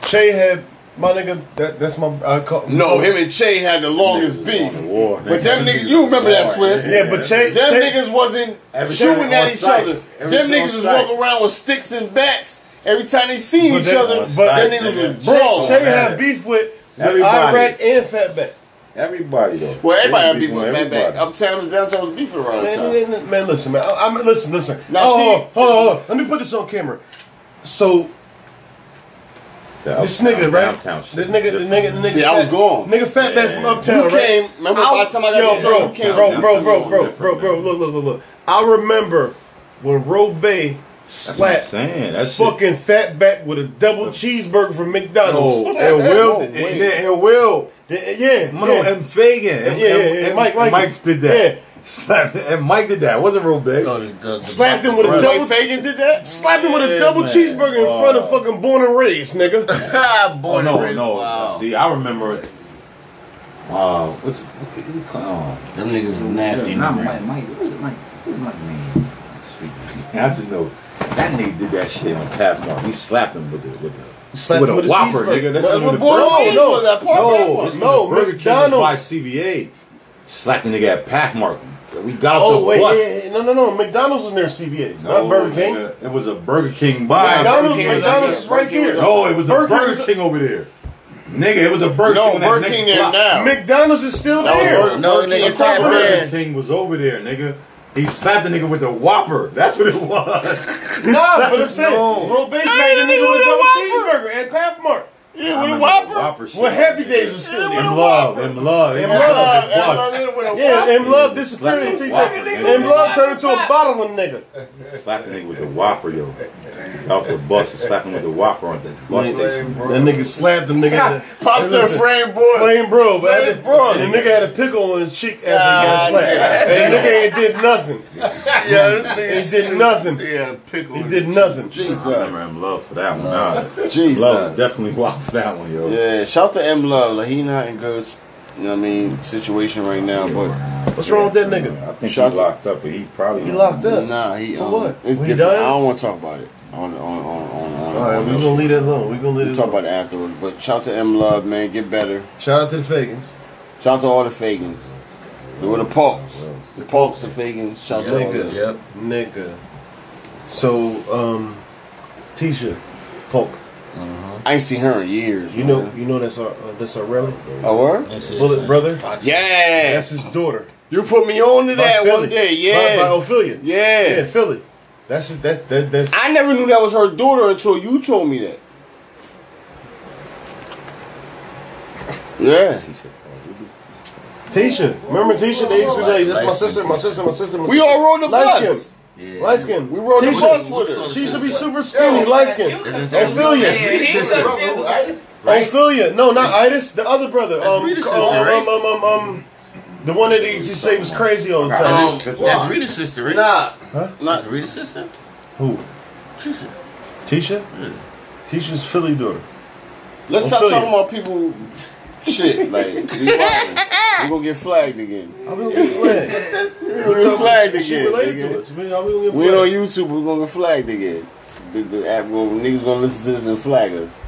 S1: Shay had my nigga. That, that's my. I call.
S3: No, him and Che had the longest beef.
S5: war.
S3: But them niggas, you remember that Swift?
S1: Yeah, but Shay.
S3: Them
S1: Shay-
S3: niggas wasn't
S5: Everything
S3: shooting
S5: on
S3: at each
S5: sight.
S3: other. them
S5: Everything
S3: niggas
S5: on
S3: was
S5: sight.
S3: walking around with sticks and bats every time they seen
S1: But
S3: each
S1: that-
S3: other.
S5: on
S3: But them
S5: sight,
S3: niggas
S5: nigga.
S3: was
S1: Shay,
S3: brawl.
S1: Shay had beef with, with
S5: Everybody.
S1: Iraq and Fatback.
S5: Everybody though.
S3: Well, everybody had
S5: They
S3: beef with Fat Back.
S5: everybody.
S3: Uptown and downtown was beefing around the time.
S1: Man, man, man, listen, man. I, I'm listen, listen.
S3: Now,
S1: oh,
S3: see-
S1: hold on, hold on. Let me put this on camera. So
S5: The
S1: this nigga, right?
S5: Downtown
S1: The
S5: shit.
S1: nigga, the nigga, the nigga.
S3: See, I was
S1: Fat-
S3: gone.
S1: Nigga, Fatback
S5: Yeah.
S1: from Uptown,
S3: You
S1: right?
S3: came- remember by the time I got
S1: yo,
S3: to
S1: bro,
S3: jail, you came
S1: bro,
S3: down
S1: bro,
S3: from
S1: bro,
S5: the
S1: bro,
S5: different
S1: bro, bro.
S5: man.
S1: Look, look, look, look. I remember when Robey
S5: That's what I'm
S1: slapped
S5: saying. That shit.
S1: fucking Fatback with a double cheeseburger from McDonald's.
S5: No.
S1: And Will,
S3: No
S1: and,
S3: way.
S1: then- and Will, yeah, yeah,
S5: No, no, and Fagan. And,
S1: Yeah,
S5: and-
S1: yeah,
S5: and
S1: Mike-
S5: Mike,
S1: Mike-
S5: did
S1: yeah.
S5: that. Slapped and Mike did that. It wasn't real big.
S1: slapped him with a
S3: Mike
S1: double.
S3: Fagan did that?
S1: Slapped him with a
S5: Yeah,
S1: double
S5: man.
S1: cheeseburger in
S5: Oh.
S1: front of fucking born and raised, nigga.
S2: Ah, boy,
S5: Oh no,
S2: really-
S5: no.
S2: Wow.
S5: See, I remember. it. Wow, what's oh,
S2: Them niggas was nasty.
S5: not
S2: man.
S5: Mike. Mike. What was it, Mike? What was Mike name? I just know that nigga did that shit on Pat Mark. He slapped him with the with the
S1: Slapped him
S5: with a
S1: with a
S5: whopper,
S1: cheeseburger.
S5: nigga. That's,
S1: That's
S5: when
S1: what
S5: the
S1: Boy
S5: Burger-
S1: Raised was, that
S3: part
S1: No, no,
S5: Burger King was by
S1: McDonald's.
S5: CBA. Slapped the nigga at Pac Mark. We got off
S1: Oh
S5: the
S1: wait,
S5: bus.
S1: yeah, yeah, no, no, no. McDonald's was near CBA,
S5: No,
S1: not Burger King.
S5: nigga, It was a Burger King by.
S1: McDonald's,
S2: King was
S1: McDonald's
S2: like
S1: is right
S2: Burger
S1: there.
S5: No, it was
S1: Burger
S5: a
S1: King
S5: Burger
S1: was-
S5: King over there. Nigga, it was a Burger
S3: No,
S5: King. on that
S3: Burger
S5: next
S3: King there
S5: block.
S3: now.
S1: McDonald's is still
S3: That was
S1: there.
S3: Burger-
S2: No,
S3: Burger King
S2: nigga,
S3: was top
S2: Fat
S3: of
S2: Back.
S3: that.
S5: Burger King was over there, nigga. He slapped the nigga with the Whopper. That's what it was.
S1: Nah, but I'm saying, Bro Bass made a nigga with a double cheeseburger at Pathmark.
S3: Yeah, with a Whopper.
S5: Whopper shit.
S1: Well, Happy Days was still
S5: In
S1: there.
S5: love, in love, in
S1: In
S5: love.
S1: love,
S5: It was.
S1: Yeah, M Love
S5: Slapped
S1: disappeared.
S5: him with
S1: TJ.
S5: a Whopper, nigga.
S1: M Love turned into a bottle of nigga.
S5: Slapped the nigga with the Whopper, yo. Off the bus and slapped him with the Whopper on the bus station.
S1: That nigga slapped the nigga.
S3: Pop said frame boy.
S1: Flame bro, but
S3: Flame
S1: the,
S3: bro.
S1: the nigga had a pickle on his cheek after he
S3: Ah,
S1: got slapped. And the nigga ain't did nothing.
S2: Yeah,
S1: He
S2: this
S1: did nothing.
S2: nigga had a pickle.
S1: He
S2: in
S1: did nothing.
S5: I remember
S3: Jesus.
S5: him love for that one. Nah, love
S3: Jesus.
S5: definitely whopped that one, yo.
S3: Yeah, shout to M Love. Like, he not in good, you know what I mean, situation right now, but
S1: What's wrong with that nigga?
S5: I think
S3: Shots-
S5: he locked up, but he probably
S1: He locked up.
S3: nah, he
S1: For
S3: um,
S1: what?
S3: It's
S1: He
S3: different.
S1: done?
S3: I don't want to talk about it on on on on. on,
S1: All right,
S3: on this
S1: we're gonna
S3: shit.
S1: leave that alone. We're gonna leave
S3: We'll
S1: it
S3: talk about
S1: alone.
S3: it afterwards. But shout to M Love, man, get better.
S1: Shout out to the Fagans.
S3: Shout out to all the Fagans. They were the Pokes. The Pokes, the Fagans. Shout out to all
S1: Nigga.
S3: of them.
S2: Yep.
S1: Nigga. So, um, Tisha, Polk.
S3: I ain't seen her in years.
S1: You know,
S3: man.
S1: you know that's our uh, that's our relic,
S3: Oh, what?
S2: That's it,
S1: Bullet
S2: son.
S1: Brother.
S3: Yeah.
S1: That's his daughter.
S3: You put me on to
S1: By
S3: that
S1: Philly.
S3: one day,
S1: By, by
S3: yeah.
S1: Ophelia.
S3: yeah.
S1: Yeah, Philly. That's his, that's that, that's.
S3: I never knew that was her daughter until you told me that. Yeah.
S1: Tisha. Remember Tisha? They used to be like, that's my sister, my sister, my sister, my sister.
S3: We all rode the
S1: Last
S3: bus.
S1: year.
S2: Yeah.
S1: Light skin.
S3: We rode the
S1: Tisha.
S3: bus with her.
S1: She should be super skinny, light skin. Ophelia.
S2: Right?
S1: Ophelia. Oh, No, not Itis. The other brother. Um,
S2: Rita's
S1: um,
S2: sister, right?
S1: um, um, um, um, the one that he used to say was crazy all the time.
S2: Um, that's Rita's sister, right?
S3: Nah,
S2: That's Rita's sister?
S1: Who?
S2: She's
S1: Tisha? Tisha's Philly daughter.
S3: let's
S1: I'm
S3: stop
S1: feeling
S3: talking about people. Shit, like we are gonna get flagged again.
S1: How we gonna get flagged?
S3: We're gonna get flagged
S1: She
S3: again.
S1: related
S3: nigga.
S1: to us. man. How we gonna get
S3: We on
S1: flagged?
S3: YouTube, we're gonna get flagged again. The, the app gonna, niggas gonna listen to this and flag us.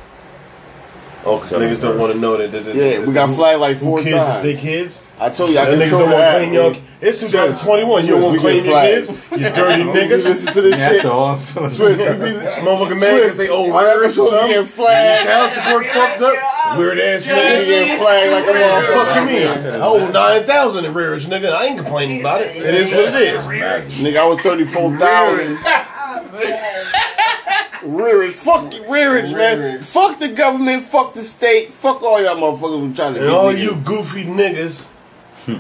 S1: Oh, because niggas don't want to know that. that- that-
S3: Yeah, we got
S1: who-
S3: flagged like
S1: Who
S3: four
S1: kids is
S3: times.
S1: they kids?
S3: I told you, I
S1: That niggas
S3: control
S1: don't
S3: the
S1: want to
S3: app.
S1: claim your. It's 2021. You don't
S3: Swiss,
S1: want
S3: we
S1: to claim
S3: get
S1: your
S3: flagged.
S1: kids. You dirty
S3: We
S1: niggas.
S3: listen to this
S5: That's
S3: shit.
S5: all I'm feeling.
S3: Swiss, we be
S1: Motherfucking man,
S3: Swiss,
S1: because they owe
S3: I never
S1: rent or
S3: told you
S1: something.
S3: get flagged.
S1: Child support fucked up. Weird ass
S3: You
S1: niggas.
S3: get flagged like a
S1: What the fuck you
S3: motherfucker.
S1: mean? I owe 9,000 in rearage, nigga. I ain't complaining about it. It is what it is.
S3: Nigga, I was 34,000. Rearage, fuck the rearage, man. Fuck the government, fuck the state, fuck all y'all motherfuckers who trying to get
S1: And all
S3: me.
S1: you goofy niggas who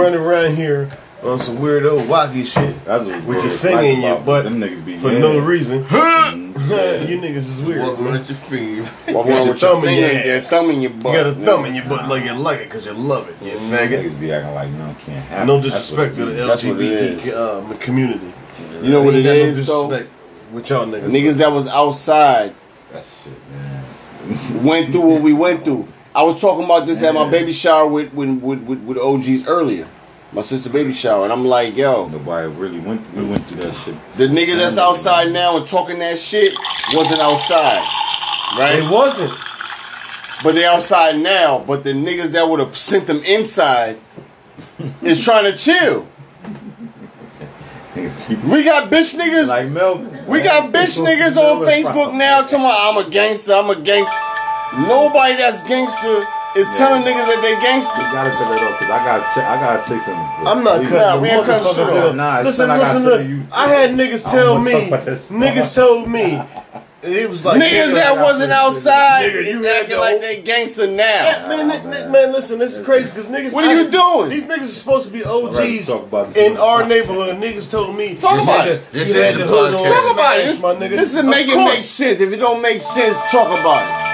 S1: run around here on some weirdo wacky shit
S5: That's what
S1: with your
S5: it's
S1: finger
S5: like
S1: in your
S5: about
S1: butt
S5: Them niggas be
S1: for
S5: yeah.
S1: no reason. you
S5: Yeah.
S1: niggas is weird.
S2: Walk
S1: man.
S2: around your finger.
S3: Walk
S1: got
S3: around
S1: your
S3: with your
S1: thumb in your
S3: finger, your
S1: ass.
S3: thumb in your butt.
S1: You got a
S3: nigga.
S1: thumb in your butt like you like it because you love it, you faggot.
S5: Niggas be acting like no, can't happen.
S1: No
S5: That's what
S1: disrespect
S5: it
S1: to
S5: is.
S1: the
S3: That's what it
S1: LGBT um, community.
S3: You know what
S1: Ain't
S3: it
S1: got no
S3: is, though?
S1: disrespect with y'all niggas.
S3: Niggas that was outside
S5: That shit, man.
S3: went through what we went through. I was talking about this at my baby shower with with, with, with, with OGs earlier. My sister baby shower, and I'm like, yo,
S5: Nobody really went. We went through that shit.
S3: the nigga that's outside now and talking that shit wasn't outside,
S1: It
S3: right?
S1: wasn't.
S3: But they outside now. But the niggas that would have sent them inside is trying to chill.
S5: Niggas keep
S3: We got bitch niggas.
S5: like Melvin.
S3: We got bitch niggas on Facebook now talking about I'm a gangster, I'm a gangster. Nobody that's gangster is telling niggas that they
S5: You
S3: gangster.
S5: gotta cut that off because I gotta. Ch- I gotta say something.
S1: I'm not cutting
S3: Nah,
S1: the
S3: we ain't cutting
S1: motherfucker
S3: shit off.
S1: down.
S5: Nah, it's
S1: listen,
S5: not like I
S1: listen,
S5: said
S1: listen.
S5: you-
S1: I had niggas tell
S5: gonna talk
S1: me,
S5: about this.
S1: niggas told me, and it was like
S3: niggas that wasn't outside
S1: Nigga, you
S3: is
S1: had
S3: acting
S1: the
S3: like
S1: whole-
S3: they gangster now.
S1: Man, man, man, man, listen, this is crazy because niggas.
S3: What are you doing?
S1: These niggas are supposed to be
S5: Alright,
S1: OGs
S5: talk about this.
S1: in our neighborhood. Niggas told me.
S3: Talk
S1: you
S3: about
S1: had
S3: it.
S1: the-
S2: This
S1: You had
S2: is
S1: the
S2: the
S1: hood on.
S2: podcast.
S3: Talk about it.
S1: smash, my nigga.
S3: This is to
S1: Of
S3: make it make
S1: course.
S3: sense. If it don't make sense, talk about it.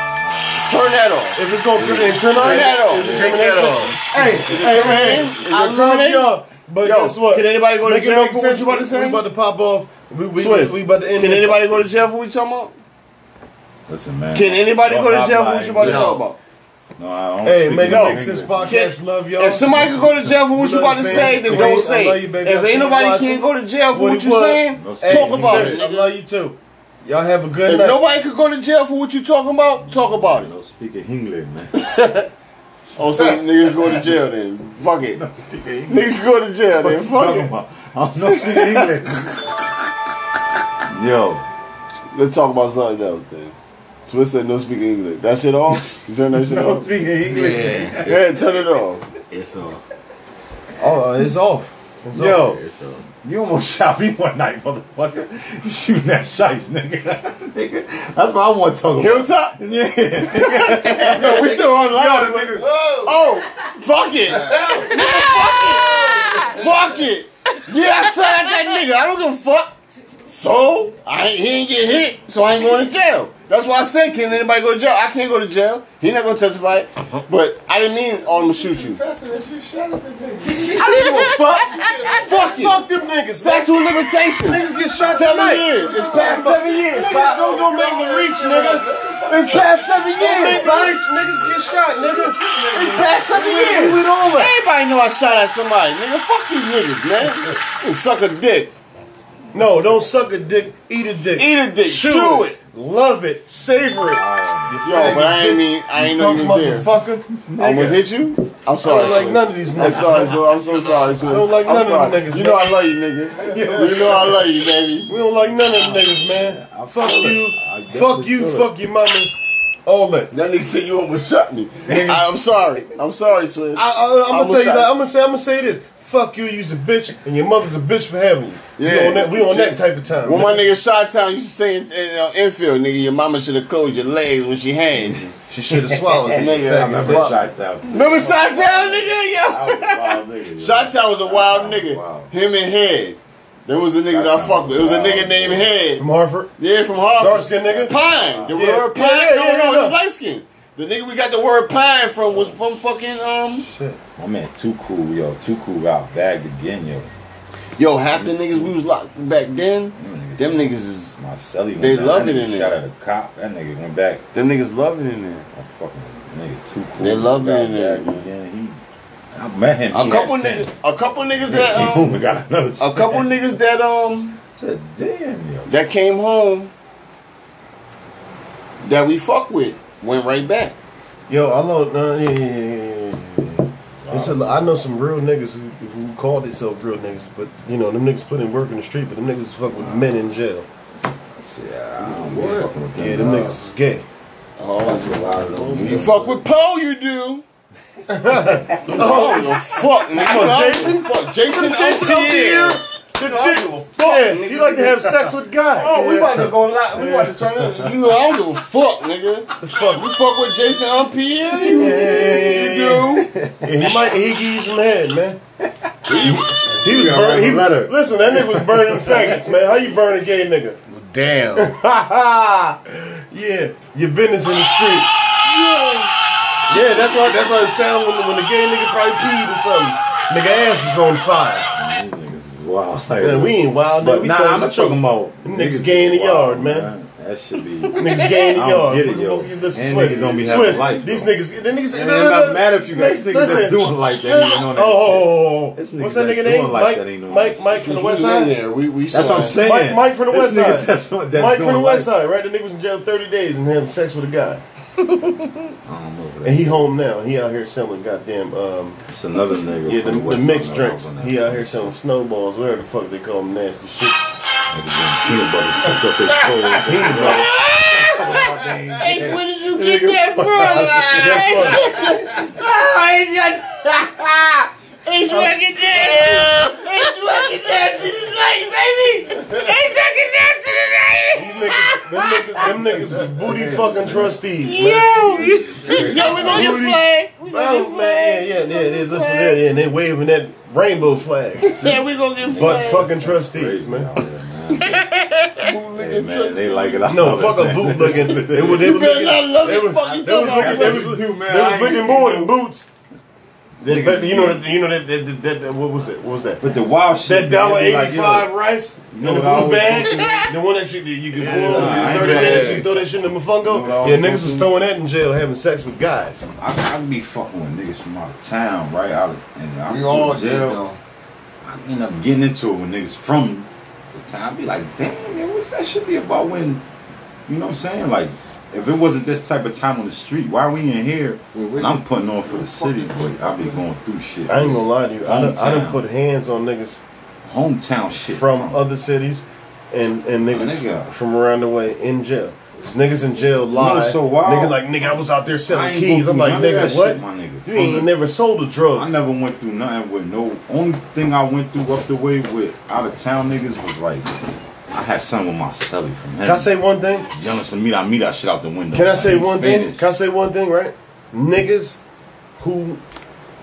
S3: Turn that off.
S1: If it's gonna incriminate,
S3: Turn that off.
S2: Take that off.
S1: Hey, hey, hey,
S3: Is it
S1: I love
S3: incriminating?
S1: y'all. But
S3: Yo,
S1: guess what?
S3: can anybody go to
S1: Make it
S3: jail
S1: make
S3: for what
S1: sense.
S3: you about to say?
S1: We about to pop off. We, we,
S3: Swiss,
S1: we about to end
S3: Can
S1: this.
S3: anybody go to jail for what you talking about?
S5: Listen, man.
S3: Can anybody go
S5: Don't
S3: to jail for what you about to
S5: lie.
S3: talk about?
S5: No, I don't.
S1: Hey,
S5: speak
S1: make it
S5: no
S1: make sense
S5: English.
S1: podcast. Love y'all.
S3: If somebody could go to jail for what you about to say, then don't say. it. If ain't nobody can go to jail for what you saying, talk about
S1: I
S3: it.
S1: love you too. Y'all have a good
S3: If
S1: night.
S3: nobody could go to jail for what you talking about, talk about it.
S5: Don't speak in English, man.
S3: Oh, so niggas go to jail then. Fuck it.
S5: Speak in English.
S3: Niggas go to jail
S5: What
S3: then.
S5: you talking
S3: Fuck it.
S5: about? I'm not speaking English. Yo,
S3: Let's talk about something else then. Swiss said no speaking English. That shit off? You turn that shit
S5: don't
S3: off?
S5: speak in English.
S2: Yeah,
S3: Yeah, turn it off.
S2: it's off.
S1: Oh, it's off. It's off.
S5: Yo,
S2: It's off.
S5: you almost shot me one night, motherfucker. Shooting that shice, nigga. nigga. That's what I want to talk about.
S3: Hilltop?
S5: Yeah.
S3: No, we still online. but-
S6: Whoa!
S3: Oh, fuck it. Nigga, fuck it. Fuck it. Yeah, I shot at that nigga. I don't give a fuck. So, I ain't, he ain't get hit, so I ain't going to jail. That's why I said, can anybody go to jail? I can't go to jail. He not going to testify. But I didn't mean, oh, I'm going to shoot you. I didn't give a fuck. fuck it.
S1: Fuck them niggas. That
S3: Statute of limitations.
S1: niggas get shot
S3: Seven
S1: tonight.
S3: years. It's past seven years.
S1: Niggas don't, don't make me reach, nigga.
S3: It's past seven years.
S1: Don't make me reach. Niggas get shot, nigga.
S3: It's past seven years.
S1: We don't let-
S3: Everybody know I shot at somebody, nigga. Fuck these niggas, man. You suck a dick.
S1: No, don't suck a dick. Eat a dick.
S3: Eat a dick.
S1: Chew,
S3: Chew
S1: it. Love it. Savor it.
S3: Yo, but I ain't mean I ain't know
S1: Punk
S3: you was there.
S1: motherfucker.
S3: I almost
S1: Nigga.
S3: hit you? I'm
S1: I
S3: sorry.
S1: don't like
S3: Swiss.
S1: none of these
S3: I'm
S1: niggas.
S3: sorry, so I'm so sorry. So
S1: I don't like
S3: I'm
S1: none of them
S3: sorry.
S1: niggas,
S3: You know
S1: man.
S3: I love you, nigga. You know I love you, baby.
S1: We don't like none of them niggas, man.
S5: I
S1: Fuck
S5: feel it.
S1: you.
S5: I definitely
S1: Fuck you.
S5: feel it.
S1: Fuck your mama. All that.
S3: That nigga said you almost shot me. I, I'm sorry. I'm sorry, Swiss.
S1: I, I, I'm
S3: I'ma
S1: gonna tell
S3: say-
S1: you that. I'm gonna say. I'm gonna say this. Fuck you. You's a bitch, and your mother's a bitch for having you. We
S3: Yeah.
S1: on that. We on that type of time.
S3: When my nigga shot town, you say in, in uh, infield, nigga, your mama should have closed your legs when she hands you.
S1: she should have swallowed you.
S3: Nigga,
S5: I remember
S3: fuck.
S5: shots out.
S3: Remember shot town, nigga? Yo.
S5: I was a wild nigga.
S3: Shot Town was a wild
S5: Wow.
S3: nigga. Him and Head. There was the niggas I fucked with. It was a nigga named Head.
S1: From Hartford?
S3: Yeah, from Harvard.
S1: Dark skinned nigga?
S3: Pine. The
S1: Yeah.
S3: word pine.
S1: Yeah, yeah,
S3: no,
S1: yeah,
S3: no,
S1: yeah.
S3: he was light skin. The nigga we got the word pine from was from fucking um.
S5: My man, too cool, yo. Too cool out bagged again, yo.
S3: Yo, half the niggas we was locked back then. Them niggas is
S5: My celly went
S3: They
S5: down.
S3: love
S5: that
S3: it
S5: nigga
S3: in there.
S5: Shot at a cop. That nigga went back.
S3: them niggas loving in there.
S5: That fucking nigga too cool.
S3: They love it in there,
S5: Bagged
S3: man.
S5: Again. He, I met him.
S3: A
S5: he
S3: couple
S5: had 10.
S3: niggas. A couple niggas that
S5: He
S3: um.
S5: only got another.
S3: A couple niggas that um
S5: Said, Damn, yo.
S3: that came home. That we fuck with went right back.
S1: Yo, I know. No, yeah, yeah, yeah, yeah, yeah, yeah. It's a, I know some real niggas who, who call themselves real niggas, but you know them niggas put in work in the street, but them niggas fuck with men in jail.
S5: What?
S1: Yeah, them niggas is gay.
S3: You fuck with Poe, you do. oh, the fuck, nigga.
S1: Come on,
S3: Jason, fuck Jason, Jason
S1: Jason
S3: here.
S1: Yeah, he like to have sex with guys.
S6: Oh, we about to go live. We about to turn it.
S3: You know I don't give a fuck, nigga. Fuck, you fuck with Jason Umpierre? You, you do.
S1: Yeah, he might he give you some head, man. He was
S2: gotta write a
S1: burning. He,
S2: letter.
S1: listen, that nigga was burning faggots, man. How you burn a gay nigga?
S3: Damn.
S1: Ha ha! Yeah, your business in the street. Yeah, that's why that's how it sounds when, when the gay nigga probably peed or something. Nigga ass is on fire.
S5: These niggas is wild. Like,
S1: Man, we ain't wild. Nigga.
S5: But
S1: We
S5: nah,
S1: talking
S5: I'm
S1: about-
S5: talking about
S1: Them niggas gay in the
S5: is
S1: yard, man.
S5: That should be.
S1: Niggas gay in the
S5: I don't
S1: yard.
S5: get it, yo.
S1: You listen,
S5: And
S1: Swiss.
S5: niggas don't be having
S1: Swiss,
S5: life,
S1: These
S5: bro.
S1: niggas, the niggas.
S5: And I'm not mad if you guys
S1: Listen,
S5: niggas that's doing like that. ain't even on that shit.
S1: Oh,
S5: This niggas
S1: what's that
S5: that's
S1: nigga
S5: doing
S1: name?
S5: like
S1: Mike,
S5: that ain't no
S1: Mike,
S5: shit.
S1: Mike from the West
S3: We was in
S1: Side.
S3: there. We, we
S5: That's
S3: saw
S5: what I'm
S3: it.
S5: saying.
S1: Mike- Mike from the
S5: This
S1: West
S5: niggas
S1: Side.
S5: That's, that's
S1: Mike from
S5: doing
S1: the West
S5: life.
S1: Side, right? The nigga was in jail 30 days and having sex with a guy.
S5: I don't know.
S1: And he home now. He out here selling goddamn, um,
S5: It's another nigga.
S1: yeah, the,
S5: from
S1: the
S5: West
S1: mixed
S5: Side
S1: drinks.
S5: that
S1: He out
S5: nigga
S1: here selling snowballs, whatever the fuck they call them, nasty shit.
S5: been Peanut butter sucked up their toes. Peanut butter.
S4: Hey, where did you get that from? It's fucking nasty. It's fucking nasty tonight, baby. It's fucking nasty tonight.
S1: These niggas, them niggas, them niggas is booty fucking trustees, man.
S4: Yo, yo, we gonna get flagged. We gonna
S1: Oh,
S4: get
S1: man.
S4: flagged.
S1: Yeah, yeah, yeah, yeah. Listen, yeah, yeah. And they waving that rainbow flag.
S4: Yeah, we gonna get
S1: But
S4: flagged.
S1: fucking trustees,
S5: Crazy
S1: man.
S5: out there, man. Hey, man, they like it. I
S1: No,
S5: love
S1: fuck
S5: it,
S1: a
S5: man.
S1: bootlegging. They were, they
S3: You
S1: were
S3: better
S1: looking,
S3: not love
S1: they
S3: it,
S1: were-
S3: fuck you
S1: they was
S3: talking about.
S1: looking, they was,
S5: do, man.
S1: they
S5: I
S1: was
S5: ain't gonna
S1: looking more
S5: do
S1: than boots. They- but you know, that- you know that, that, that, that- what was that? What was that?
S5: But the wild shit.
S1: That dollar
S5: man, they
S1: eighty
S5: be like,
S1: five
S5: yo,
S1: rice, you
S5: know
S1: know,
S5: what
S1: the
S5: I
S1: blue
S5: always
S1: bag, the one that you you can pull
S5: nah, I
S1: off in
S5: ain't
S1: thirty
S5: bad.
S1: minutes, you throw that shit in the
S5: Know what I
S1: mofongo. Yeah,
S5: always
S1: niggas was
S5: do?
S1: throwing that in jail, having sex with guys.
S5: I, I be fucking with niggas from out of town, right? Out of, and I'm
S2: We all
S5: in
S2: did,
S5: jail.
S2: though.
S5: I end up getting into it with niggas from the town. I be like, damn, man, what's that should be about when, you know what I'm saying? Like, if it wasn't this type of time on the street, why we in here?
S2: Well, we-
S5: And I'm putting on for the city, but I be going through shit.
S1: I ain't gonna lie to you, I done, I done
S5: Hometown.
S1: put hands on niggas
S5: Hometown shit.
S1: from other cities, and and
S5: nigga.
S1: niggas from around the way in jail. Cause niggas in jail lie.
S5: it's so wild.
S1: Niggas like nigga, I was out there
S5: I
S1: selling
S5: ain't go
S1: keys.
S5: through
S1: I'm like
S5: none of that
S1: nigga,
S5: shit,
S1: what?
S5: my nigga.
S1: You ain't
S5: From the-
S1: never sold a
S5: I
S1: drug.
S5: never went through nothing with no. Only thing I went through up the way with out of town niggas was like, I had something with my celly from him.
S1: Can I say one thing?
S5: You understand me? I meet that shit out the window.
S1: Can I
S5: man.
S1: say
S5: He's
S1: one thing?
S5: Spanish.
S1: Can I say one thing? Right, niggas who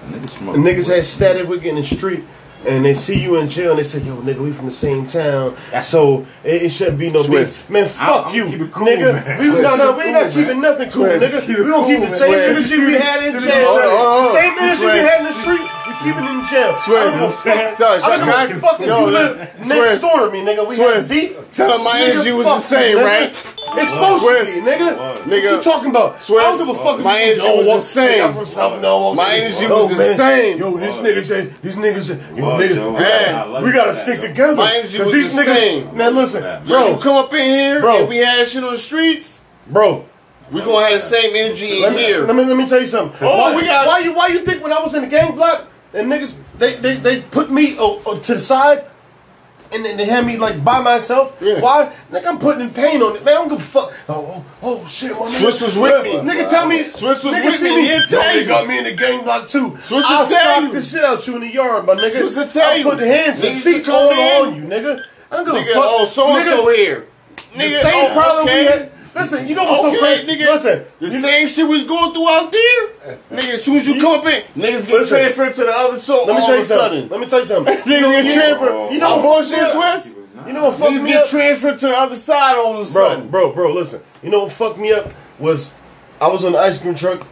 S5: Niggas, from up
S1: And niggas
S5: the way.
S1: had static with getting in the street. And they see you in jail and they say, yo, nigga, we from the same town. So it, it shouldn't be no
S3: Swiss.
S1: beef. Man,
S5: I'll-
S1: fuck
S5: I'ma
S1: you,
S5: keep it cool,
S1: nigga.
S5: man.
S1: We,
S2: Swiss,
S1: no, no,
S2: keep
S1: we
S2: it
S1: not
S2: cool,
S1: keeping nothing cool,
S3: Swiss,
S1: nigga.
S3: keep it
S1: we gonna keep
S3: cool,
S1: the same
S3: man.
S1: energy we had in
S3: Swiss,
S1: jail.
S3: hold on, hold on.
S1: The same energy we
S3: Swiss.
S1: had in the street, we keeping it in jail.
S3: Swiss.
S1: I don't give a fuck.
S3: Sorry,
S1: I
S3: sorry,
S1: don't give
S3: can
S1: a
S3: I-
S1: fuck if
S3: yo,
S1: you live
S3: Swiss.
S1: next door to me, nigga. We
S3: Swiss,
S1: had beef.
S3: tell him my
S1: Nigga,
S3: energy was the
S1: fuck you,
S3: same,
S1: nigga.
S3: right?
S1: It's supposed
S3: Swiss,
S1: to be, nigga.
S3: nigga,
S1: What you talking about? I don't give a fuck. if
S3: my
S1: you
S3: energy
S1: don't
S3: was
S1: walk-
S3: the same.
S1: I'm from South Norwalk.
S3: My energy
S1: Yo,
S3: was the
S1: man.
S3: same.
S1: Yo, this nigga said, these niggas said, yo,
S5: Word,
S1: nigga,
S5: yo.
S1: man,
S5: I love
S1: we
S5: you
S1: gotta
S5: for that,
S1: stick
S5: yo.
S1: together.
S3: My energy
S1: 'Cause
S3: was
S1: these
S3: the
S1: niggas,
S3: same.
S1: man, listen,
S5: Bro.
S3: Bro,
S1: bro,
S3: come up in here
S1: Bro.
S3: and we had that shit on the streets.
S1: bro.
S3: We gonna have the same energy in
S1: Let me,
S3: here.
S1: let me let me tell you something.
S3: Oh,
S1: why,
S3: we got-
S1: why you why you think when I was in the gang block and niggas they they, they put me oh, oh, to the side and then they had me like by myself?
S3: Yeah.
S1: Why? Like I'm putting pain on it, man. I don't give a fuck. Oh, oh, oh shit, my nigga.
S3: Swiss was with me.
S1: Nigga, tell me.
S3: Swiss was
S1: nigga
S3: with
S1: see
S3: me. He'll tell
S1: Yo,
S3: you.
S1: They got me in the gang block too.
S3: Swiss
S1: I'll
S3: will tell
S1: sock
S3: you.
S1: the shit out you in the yard, my nigga.
S3: Swiss will tell
S1: I'll
S3: you.
S1: put hands and
S3: Niggas
S1: feet
S3: will
S1: all
S3: come in.
S1: on you, nigga. I don't give
S3: Nigga,
S1: a fuck.
S3: oh, so and
S1: Nigga,
S3: so here.
S1: the same problem we had. Listen, you know what's so
S3: Okay,
S1: crazy? Listen,
S3: The same shit we was going through out there, nigga. As soon as you come up in, niggas get
S1: Listen.
S3: transferred to the other soul.
S1: let me
S3: all
S1: tell
S3: of
S1: you
S3: a sudden,
S1: something. Let me tell you Oh, something.
S3: niggas get transferred.
S1: You know
S3: I'm
S1: what
S3: bullshit,
S1: fucked me up?
S3: West.
S1: You know what fucked
S3: Niggas
S1: me
S3: get
S1: up?
S3: transferred to the other side all of a
S1: Bro,
S3: sudden.
S1: bro, bro, listen. You know what fucked me up was I was on the ice cream truck.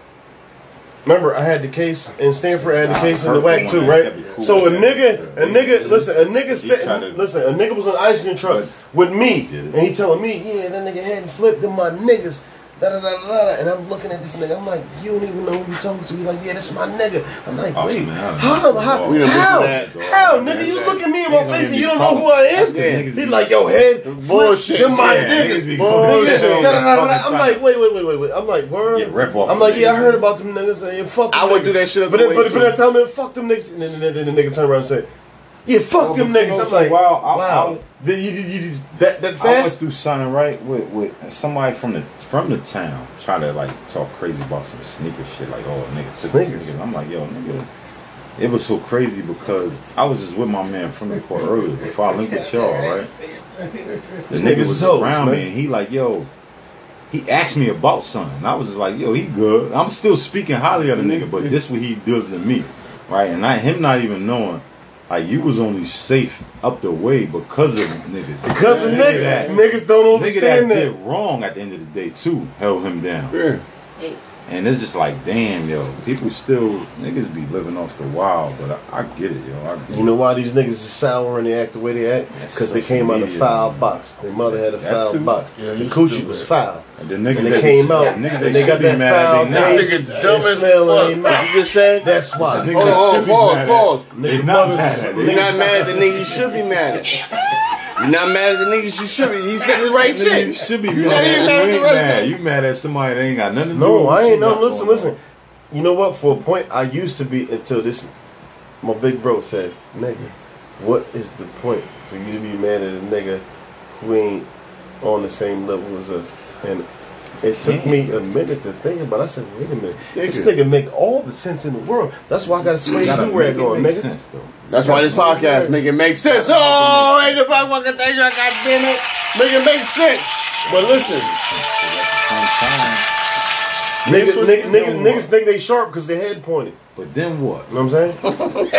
S1: Remember, I had the case in Stanford. I had the case in the whack too, right? So a nigga, a nigga, listen, a nigga said, listen, a nigga was on the ice cream truck with me, and he telling me, yeah, that nigga hadn't flipped them my niggas. Da, da, da, da, da. And I'm looking at this nigga. I'm like, you don't even know who you talking to. He's like, yeah, this my nigga. I'm like,
S5: Oh,
S1: wait,
S5: man, I
S1: how,
S5: don't
S1: how,
S5: know.
S1: how,
S5: We done
S1: how,
S3: been through that.
S1: nigga? You
S5: Yeah.
S1: look at me in my
S5: Niggas
S1: face and
S5: be
S1: you don't know who I am?
S5: Yeah.
S1: He's like, yo, head, flip,
S3: Bullshit.
S1: them my
S5: Yeah,
S1: niggas.
S5: niggas be
S1: Bullshit.
S5: bullshit.
S1: Da, da, da, da, da. I'm
S5: Talking
S1: like, wait, wait, wait, wait, wait. I'm like, word.
S5: Yeah, rip off
S1: I'm like,
S5: them
S1: yeah, I
S5: niggas.
S1: heard about them niggas. And yeah, fuck.
S3: I
S1: them
S3: would
S1: niggas.
S3: do that shit up
S1: But
S3: the
S1: then, but,
S3: way,
S1: but
S3: too.
S1: then tell them, fuck them niggas. And then, then, then the nigga turned around and said, yeah, fuck them
S5: but you
S1: niggas.
S5: know,
S1: I'm like,
S5: so wow, I-
S1: wow. That you- you- you- that that
S5: I went
S1: fast.
S5: through something right with, with somebody from the from the town trying to like talk crazy about some sneaker shit. Like, oh nigga, took sneakers.
S1: Sneakers.
S5: I'm like, yo, nigga. It was so crazy because I was just with my man from the court earlier before I linked with y'all, right? The nigga
S1: Niggas
S5: was
S1: is hoes,
S5: around
S1: man.
S5: me and he like, yo, he asked me about something. And I was just like, yo, he good. I'm still speaking highly of the
S1: Mm-hmm.
S5: nigga, but this what he does to me, right? And I, him not even knowing, like you was only safe up the way because of niggas.
S1: Because of niggas,
S5: that-
S1: niggas don't
S5: Nigga that
S1: understand
S5: did
S1: that.
S5: wrong at the end of the day too held him down.
S3: Yeah.
S5: And it's just like, damn, yo, people still niggas be living off the wild, but I, I get it, yo. I get
S1: You know why these niggas is sour and they act the way they act?
S5: That's
S1: Because they
S5: social
S1: came out of
S5: media,
S1: foul
S5: man.
S1: box. Their mother had a
S5: That
S1: foul
S5: too.
S1: box.
S2: Yeah,
S1: the
S2: you
S1: coochie
S2: stupid.
S1: was foul.
S5: it. The niggas
S1: And they
S5: that-
S1: came out.
S5: niggas
S1: and they got
S5: should be
S1: that foul
S5: mad at they
S1: taste.
S5: not.
S1: and
S2: Nigga dumb as
S1: smell in their
S3: What
S1: mouth.
S3: you just said?
S1: That's why.
S5: Niggas
S3: Hold on,
S5: should be
S3: hold on,
S5: mad at
S3: Oh, pause,
S5: it.
S3: pause.
S5: They
S1: Nigga,
S5: not
S1: mother-
S5: mad at it.
S3: You're not mad at the niggas you should be mad at. You're not mad at the niggas you should be. He said the right
S5: Nigga, You
S3: shit.
S5: should be
S3: not
S5: mad.
S3: even
S5: at-
S3: mad
S5: You
S3: at the
S5: ain't
S3: right
S5: mad.
S3: thing.
S5: You mad at somebody that ain't got nothing to do
S1: No,
S5: with
S1: I
S5: you
S1: ain't no.
S5: not
S1: Listen,
S5: going
S1: listen.
S5: on.
S1: You know what? For a point, I used to be until this. My big bro said, "Nigga, what is the point for you to be mad at a nigga who ain't on the same level as us?" And it took me a minute to think about. it. I said, "Wait a minute, this
S5: Nigga.
S1: nigga make all the sense in the world." That's why I got to swing
S5: Gotta
S1: do rag
S5: make it
S1: on,
S5: make
S1: nigga.
S5: sense, though.
S3: That's why this podcast make it make sense. Oh, ain't the motherfucker thing I got dinner. Make it make sense. But listen,
S5: Sometimes.
S1: Niggas,
S5: what
S1: niggas,
S5: you
S1: niggas,
S5: know.
S1: niggas think they sharp because their head pointed.
S5: But then what?
S1: You know what I'm saying? niggas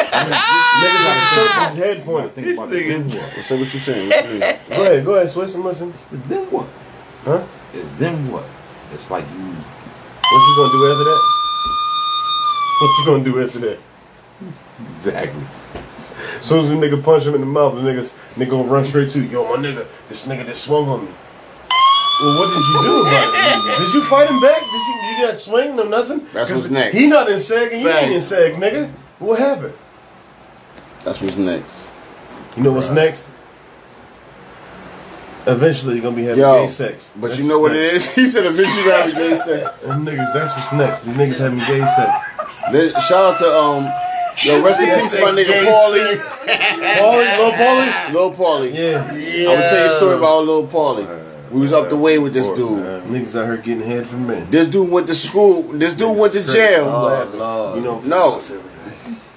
S1: got sharp 'cause his head
S5: When I
S1: pointed.
S5: think about it, then what?
S3: so what you saying? What you saying?
S1: Go ahead, go ahead, Swiss, and listen.
S5: It's then what?
S1: Huh?
S5: It's then what? It's like you
S1: What you gonna do after that? What you gonna do after that?
S5: exactly.
S1: As soon as the nigga punch him in the mouth, the niggas nigga gonna run straight to you. Yo, my nigga, this nigga that swung on me. Well, what did you do about it? Did you fight him back? Did you you got swing or nothing?
S3: That's
S1: 'Cause
S3: what's next.
S1: He not in sag and you ain't in
S3: Facts.
S1: sag, nigga. What happened?
S3: That's what's next.
S1: You know what's next? Eventually, you're gonna be having
S3: Yo,
S1: gay sex.
S3: But you know what it is? He said eventually you have a gay sex.
S1: Them niggas, that's what's next. These niggas having gay sex.
S3: Then, shout out to um, yo, rest in peace, my nigga Paulie,
S1: Paulie, little Paulie.
S3: Lil Paulie.
S1: Yeah,
S3: I'm gonna tell you a story about Lil Paulie. We was up the way with this
S5: Or,
S3: dude.
S5: man.
S1: niggas out here getting head from men.
S3: This dude went to school. This dude went to jail.
S1: Oh, Lord. You know,
S3: No.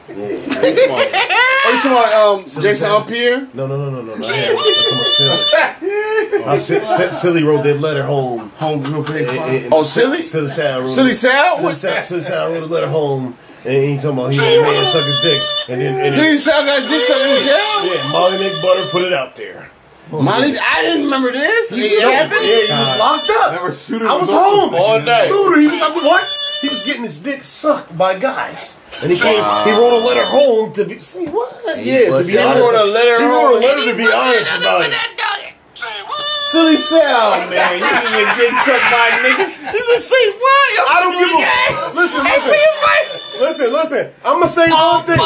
S1: Yeah.
S3: Are you talking about um, Jason Ampere?
S1: No, no, no, no, no. no. I had- That's on my silly. I sent Silly wrote that letter home.
S2: Home group big
S1: And- and-
S3: Oh, Silly?
S1: Silly Sal wrote
S3: Silly
S1: it.
S3: Sal?
S1: Silly
S3: What?
S1: Sal, Silly Sal wrote a letter home. And he talking about he let a man suck his dick. And then, and
S3: Silly
S1: then
S3: Sal got his dick sucked in jail?
S1: yeah, Molly McButter put it out there.
S3: Molly, I didn't remember this. It happened?
S1: Yeah, he was locked up.
S5: Never suited.
S1: I was home
S2: All day.
S1: Shooter, he was like, what? He was getting his dick sucked by guys. And he came, he wrote a letter home to be, see what? Yeah, to
S3: He
S1: be honest.
S3: wrote a letter
S1: he wrote a
S3: home.
S1: letter to be honest about it. Silly sound, man. You didn't even get sucked by a nigga.
S4: This is say what?
S1: I don't give a listen, listen, listen, listen. I'm gonna say one thing.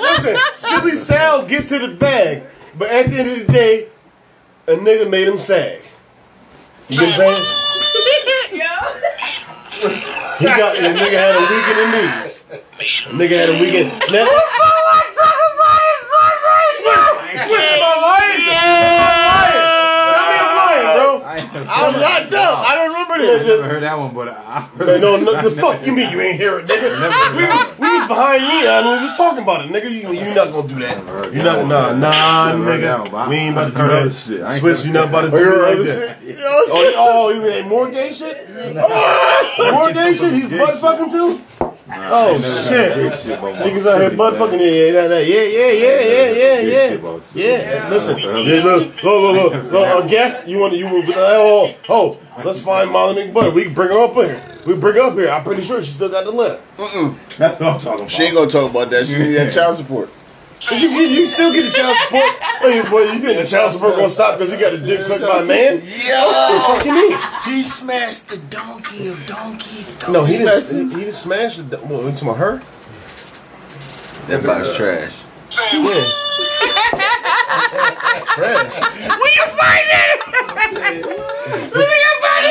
S1: Listen, silly Sal get to the bag, but at the end of the day, a nigga made him sag. You get what I'm saying? He got the nigga had a week in the knees. Nigga had a weekend. Now, listen, am I lying? Am I lying, bro?
S3: I was locked up. I don't remember this.
S5: heard that one, but I
S1: No, no, the fuck you mean you ain't hear it, nigga? We, we was behind me. I mean, we was talking about it, nigga. You, you not gonna do that. You not, nah, nah,
S5: Heard that, but
S1: nigga.
S5: I-
S1: We ain't about
S5: I
S1: to do
S5: heard other
S1: that.
S5: shit. I ain't
S1: Swiss,
S5: never-
S1: you not about to do
S3: you heard
S1: that.
S3: other
S1: like that. Oh, you- oh, you mean more gay shit? Oh, more gay shit? He's butt fucking too? Oh, shit. Niggas out here butt fucking. Yeah, yeah, yeah, yeah, yeah, yeah, yeah, yeah. Yeah, listen. Yeah, look, look, look, look. look, uh, guess you want to you move. Oh, oh, let's find Molly McButter. We bring her up here. We bring her up here. I'm pretty sure she still got the letter.
S5: That's what I'm talking about.
S3: She ain't gonna talk about that. She need that child support.
S1: You, you, you still get the child support. Wait, boy, you getting the child support gonna stop because he got his dick sucked by a man?
S4: Yo,
S1: Fuck you mean?
S4: he smashed the donkey of donkeys. Donkey.
S1: No, he didn't. He didn't smash it. What, you talking about her?
S3: That box trash.
S1: Yeah. Trash.
S4: Where you find it? Where you find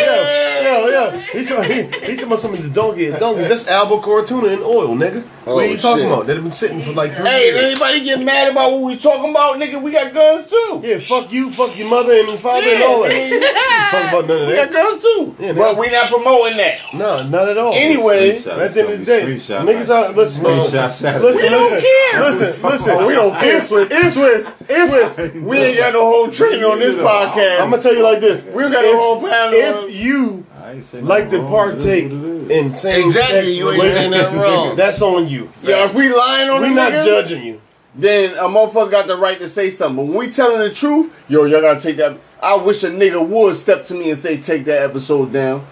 S1: Yeah,
S4: it?
S1: yeah, yeah. He's talking, he, he's talking about something the donkey and donkeys. That's albacore tuna and oil, nigga. what are you
S3: Oh,
S1: talking
S3: shit.
S1: about? That have been sitting for like three
S3: Hey, if
S1: years.
S3: anybody get mad about what we talking about, nigga, we got guns too.
S1: Yeah, fuck you, fuck your mother and your father and all that. Fuck about none of
S3: We got
S1: that.
S3: guns too.
S1: Yeah,
S3: But we not promoting that.
S1: No, not at all.
S3: Anyway,
S1: At the end of the day, niggas out. Listen,
S5: Screenshot
S1: listen,
S5: Saturday.
S1: listen, listen,
S3: care.
S1: listen, listen. We
S3: Oh,
S1: don't care.
S3: If if Swiss, if we ain't got no whole training on this podcast.
S1: I'm gonna tell you like this.
S3: we got a whole panel.
S1: If you
S5: I ain't saying
S1: like to
S5: nothing wrong. It is
S1: partake
S5: what it is.
S1: in same
S3: Exactly,
S1: sex
S3: you ain't saying nothing wrong.
S1: That's on you.
S3: yeah, if we lying on
S1: We're
S3: the
S1: not
S3: nigga,
S1: judging you.
S3: then a motherfucker got the right to say something. But when we telling the truth, yo, y'all gotta take that. I wish a nigga would step to me and say, take that episode down.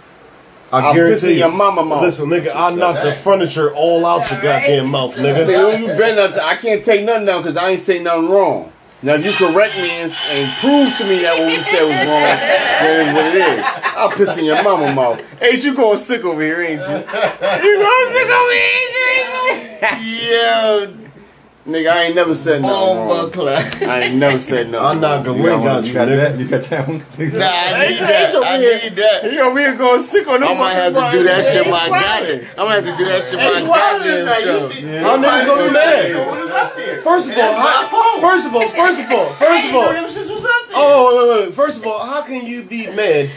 S1: I
S3: I'm
S1: guarantee
S3: pissing
S1: you.
S3: your mama mouth.
S1: Listen, nigga, I knocked the furniture all out your goddamn mouth, nigga.
S3: Nigga, you been nothing. I can't take nothing down because I ain't say nothing wrong. Now, if you correct me and, and prove to me that what we said was wrong, that is what it is. I'll piss in your mama mouth. Ain't you going sick over here, ain't you?
S4: You gonna sit over here?
S3: Yeah. Nigga, I ain't never said nothing
S4: Bomba
S3: wrong.
S4: club.
S3: I ain't never said nothing
S1: I knocked the ring out you,
S5: You got
S1: nigga.
S5: that? You got that one?
S4: Nah, I need that. I need that.
S3: Yo, we are going sick on
S4: I'm gonna have to do that shit when I got it. I'm gonna have to do that shit when I got it.
S1: How niggas gonna be mad? First of all, how, first of all, first of all, first of all. Oh, wait, wait, wait. First of all, how can you be mad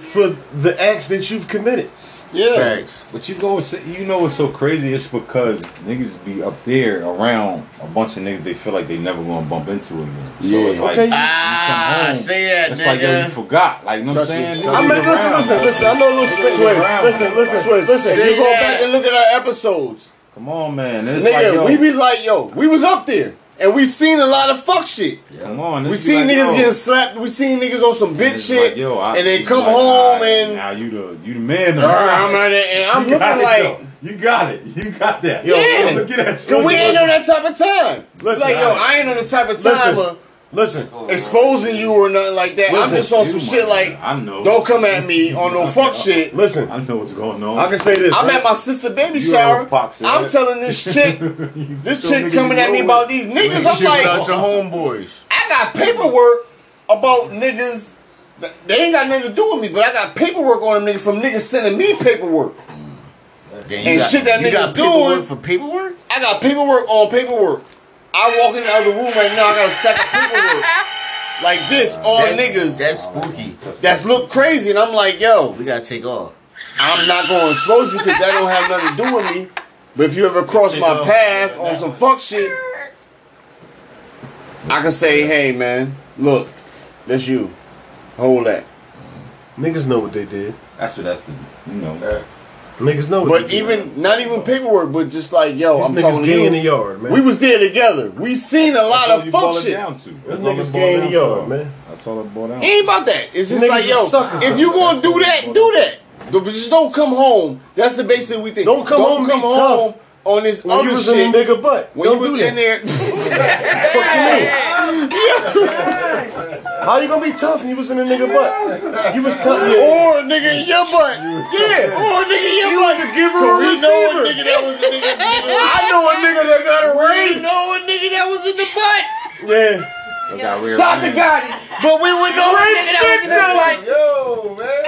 S1: for the acts that you've committed?
S3: Yeah.
S5: But you go, you know what's so crazy? It's because niggas be up there around a bunch of niggas they feel like they never gonna bump into again. So it's like,
S1: Okay.
S4: Ah, say that,
S5: it's like, yo, you
S4: nigga.
S5: forgot. Like, you know what I'm saying?
S1: I mean, listen, listen, listen. I know a little space. Listen, listen, Swiss, listen.
S3: If you
S1: You
S3: go
S1: go
S3: back and look at our episodes,
S5: Come on, man. It's like,
S3: nigga,
S5: yo,
S3: we be like, yo, we was up there and we seen a lot of fuck shit.
S5: come on.
S3: We
S5: it's
S3: seen
S5: like,
S3: niggas
S5: yo.
S3: getting slapped. We seen niggas on some
S5: And
S3: bitch
S5: it's
S3: shit,
S5: like, yo, I-
S3: and they
S5: it's
S3: come
S5: like,
S3: home
S5: nah,
S3: and
S5: now you the you the man.
S3: All right, I'm at it, and I'm
S5: You got
S3: looking
S5: it,
S3: like,
S5: though. you got it. You got that.
S1: Yo,
S3: Yeah.
S5: look at that.
S3: cause we ain't on that type of time.
S1: Listen,
S3: like, yo,
S1: all right.
S3: I ain't on the type of
S1: Listen.
S3: time of
S1: Listen,
S3: exposing you or nothing like that. I'm
S1: Listen.
S3: just on
S5: Oh
S3: some
S5: my
S3: shit like,
S5: God, I know.
S3: don't come at me on no fuck shit.
S1: listen.
S5: I know what's going on.
S1: I can say this.
S3: I'm
S1: right?
S3: at my sister baby
S5: You
S3: shower.
S5: are a boxer.
S3: I'm telling this chick, this chick coming at me about these niggas. I'm
S4: Shit
S3: like,
S4: without your homeboys.
S3: I got paperwork about niggas. that- They ain't got nothing to do with me, but I got paperwork on them niggas from niggas sending me paperwork.
S4: Then
S3: And shit that
S4: you
S3: nigga
S4: got
S3: doing-
S4: paperwork for paperwork?
S3: I got paperwork on paperwork. I walk in the other room right now. I got a stack of paperwork like this, all
S4: That's-
S3: niggas that's,
S4: That's spooky.
S3: look crazy, and I'm like, yo,
S4: We gotta take off.
S3: I'm not gonna expose you because that don't have nothing to do with me. But if you ever cross my path on some fuck shit, I can say, hey man, look, that's you. Hold that.
S1: Niggas know what they did.
S5: That's what that's the you know.
S1: Niggas know. What
S3: But
S1: they did.
S3: even not even paperwork, but just like, yo,
S1: These
S3: I'm
S1: niggas
S3: talking
S1: gay
S3: to
S1: in the
S3: you.
S1: yard, man.
S3: We was there together. We seen a lot
S5: That's all
S3: of
S5: you
S3: fuck
S5: boil it
S3: shit.
S5: down to. That's
S1: Those
S5: all
S1: niggas
S5: it boil
S1: gay in
S5: down
S1: the yard,
S5: to.
S1: man.
S5: That's all it boiled down.
S3: It ain't about that. It's just
S1: Niggas
S3: like,
S1: is
S3: yo,
S1: suckers.
S3: if you gonna do that, do that. But just don't come home. That's the basic we think.
S1: Don't come home and be tough.
S3: on this
S1: When Oh, you
S3: other
S1: was
S3: shit.
S1: in a nigga butt,
S3: when
S1: don't
S3: you
S1: do
S3: was
S1: that.
S3: in there,
S1: How you gonna be tough when you was in a nigga butt? You was tough. Yeah.
S3: or nigga in your butt. Yeah, or nigga in your butt.
S1: a giver or
S3: We know a nigga that was in the I know a nigga that got a ring. We know a nigga that was in the butt.
S1: Yeah.
S5: They got rear
S3: Shaka
S5: ends.
S3: got it. But we were no nigga that was in the butt.
S6: Yo, man.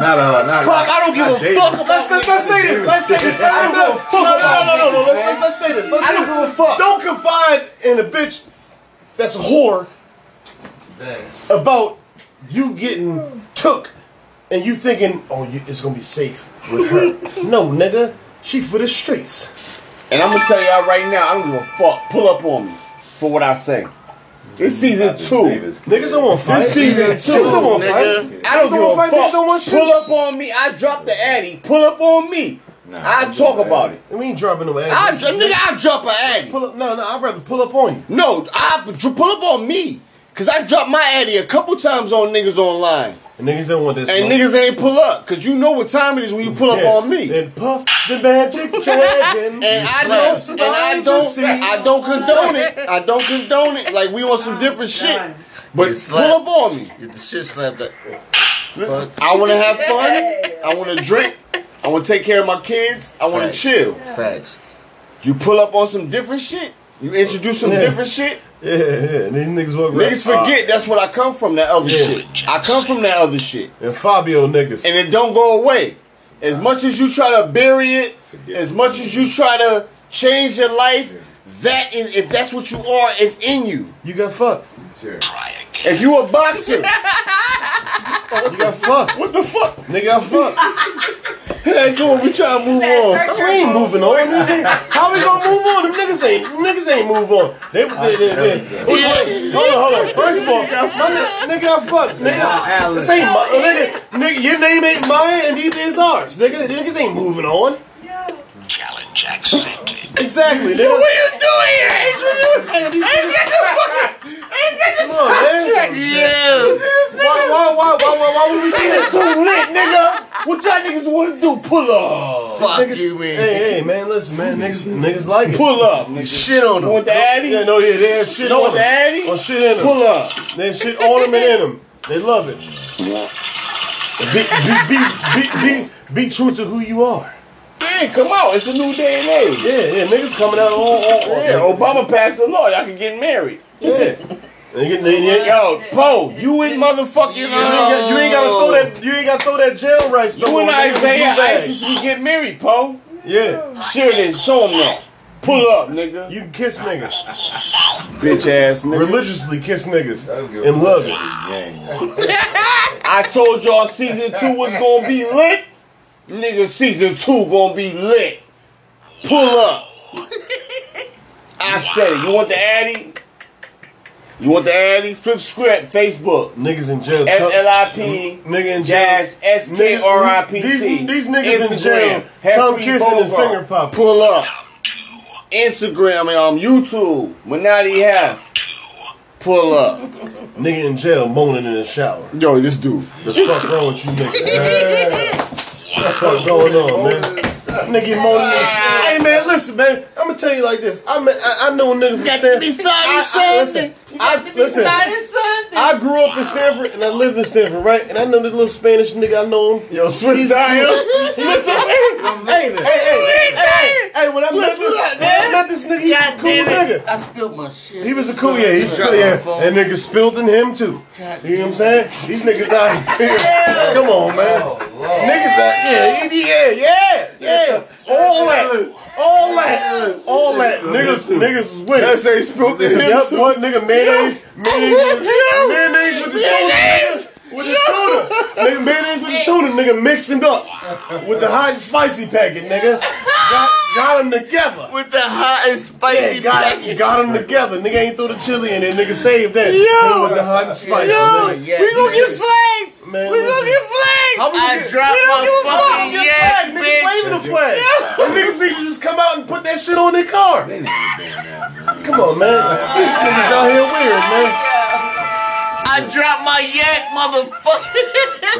S5: Not a not.
S3: Fuck, I don't give a fuck about
S1: Let's, let's, let's say this. Let's say this.
S3: I don't
S1: Let's, no,
S3: give a fuck
S1: no, no,
S3: about
S1: no, no, no.
S3: niggas,
S1: Let's,
S3: man.
S1: let's, let's say this. Let's
S3: I
S1: say
S3: don't
S1: this.
S3: give a fuck.
S1: Don't confide in a bitch that's a whore about you getting took and you thinking, oh, you, it's gonna be safe. with her. no, nigga. She for the streets.
S3: And I'm gonna tell y'all right now, I don't give a fuck. Pull up on me for what I say. It's season two.
S1: Niggas don't want to fight.
S3: This season two,
S1: Niggas don't want to fight.
S3: nigga. I don't give
S1: Someone
S3: a
S1: fight,
S3: fuck.
S1: someone shoot.
S3: Pull up on me. I drop the addy. Pull up on me.
S5: Nah,
S3: I
S5: I'm
S3: talk
S5: good,
S3: about
S5: man.
S3: it.
S1: We ain't dropping no
S3: I
S1: ass.
S3: dr- nigga, I drop an addy.
S1: Pull up, no, no, I'd rather pull up on you.
S3: No, I dr- pull up on me. Cause I dropped my addy a couple times on niggas online.
S1: And niggas don't want this.
S3: And niggas ain't pull up. Cause you know what time it is when you pull up on me.
S1: And puff the magic dragon.
S3: And I don't, and I don't, I don't condone it. I don't condone it. Like we on some different shit. But
S4: You slap.
S3: pull up on me.
S4: Get the shit slapped up.
S3: I want to have fun. I want to drink. I want to take care of my kids. I want to
S4: Right.
S3: chill.
S4: Facts.
S3: You pull up on some different shit. You introduce some
S1: Yeah.
S3: different shit.
S1: Yeah, yeah. And these niggas walk around.
S3: Niggas forget that's what I come from. That other
S1: Yeah.
S3: shit. I come from that other shit,
S1: And Fabio niggas.
S3: and it don't go away. As much as you try to bury it,
S5: Forget
S3: as much as you try to change your life, that is if that's what you are, it's in you.
S1: you got fucked.
S3: If you a boxer,
S1: You got fucked.
S3: what the fuck?
S1: Nigga, got fucked. Hey, come on, we try to move
S7: Better search
S1: on. We
S7: your
S1: ain't
S7: phone.
S1: moving on. Nigga, How we gonna move on? Them niggas ain't niggas ain't move on. They, they, they, they, Wait, Hold on, hold on. First of all, my ni- nigga got fucked. Nigga, this ain't my nigga. Nigga, your name ain't mine, and neither is ours. Nigga, the niggas ain't moving on.
S8: Challenge accepted.
S1: Exactly. Nigga. What are you doing here?
S4: Get the fuck
S1: Come on, man.
S4: Yeah.
S1: Why, why, why, why, why, why would we do that? Too lit, nigga. What y'all niggas want to do? Pull up.
S4: Fuck you, man.
S1: Hey, hey, man, listen, man, niggas, niggas like it.
S3: Pull up. nigga.
S4: Shit on
S3: You
S4: him.
S3: want the addy?
S1: Yeah, no, yeah, they have shit
S3: You
S1: on
S3: want the
S1: them.
S3: addy?
S1: Or shit in them.
S3: Pull up.
S1: They shit on them and in them. They love it. Be, be, be, be, be, be true to who you are.
S3: Man, come out. It's a new day and age.
S1: Yeah, yeah, niggas coming out all, all, all
S3: Yeah, Obama passed a law. Y'all can get married.
S1: Yeah. They get- they- they-
S3: Yo, Poe, you in motherfucking.
S1: You ain't, got, you ain't gotta throw that. You ain't gotta throw that jail rice.
S3: You
S1: no
S3: and
S1: more, nigga.
S3: Isaiah
S1: Blue bag.
S3: ISIS, we get married, Poe.
S1: Yeah,
S3: Share this. Show him that. Pull up, nigga.
S1: you can kiss niggas
S3: bitch ass
S1: religiously. Kiss niggas
S2: good.
S1: and love it.
S5: Gang.
S3: I told y'all season two was gonna be lit. Nigga, season two gonna be lit. Pull up. I said it. You want the Addy? You want the Addy? Flip script, Facebook.
S1: Niggas in jail. tuck-
S3: SLIP.
S1: Nigga in jail.
S3: Dash S-K-R-I-P-T.
S1: These, these niggas in
S3: Instagram,
S1: jail.
S3: Hefty
S1: Tongue kissing and
S3: Bogart.
S1: finger popping.
S3: Pull up. Instagram, I mean, um, YouTube. Menotti Half. Pull up.
S1: Nigga in jail moaning in the shower.
S3: Yo, this dude.
S1: The fuck wrong with you niggas? man? What the fuck going on, man? Nigga moaning. in- Hey man, listen, man. I'm gonna tell you like this. I mean, I, I know a nigga from Stanford. I, I, listen, I, listen, I grew up in Stanford and I lived in Stanford, right? And I know this little Spanish nigga. I know him. Yo, Swiss Dials. Listen, hey, hey, hey, hey, hey. When I met this- when I met this nigga, he was a cool nigga.
S4: I spilled my shit.
S1: He was a cool, yeah. He spilled, yeah. That nigga spilled in him too. You know what I'm saying? These niggas out here. Come on, man. Niggas out Oh, yeah, yeah, yeah, yeah. All that, all that, all that. Niggas, niggas was with it.
S3: say spilled
S1: Yep, what nigga mayonnaise, mayonnaise, mayonnaise with the tuna, nigga. with the tuna, nigga mayonnaise with the tuna, nigga mixed it up with the hot and spicy packet, nigga. Got, got them together.
S4: With the hot and
S1: Yeah,
S4: spicy
S1: got,
S4: package.
S1: got them together. Nigga ain't threw the chili in it. Nigga saved that. Yo, with the hot and spicy. nigga.
S4: yeah, we gonna get flagged.
S1: Man, we gonna
S4: get flagged.
S1: How we
S4: I
S1: gonna get-
S4: dropped
S1: we don't
S4: my
S1: give a fuck.
S4: fucking
S1: Get
S4: yak,
S1: flagged. Niggas
S4: bitch.
S1: waving the flag. And niggas need to just come out and put that shit on their car.
S5: They ain't even doing that, man.
S1: Come on, man. These niggas out here weird, man.
S4: I dropped my yak, motherfucker.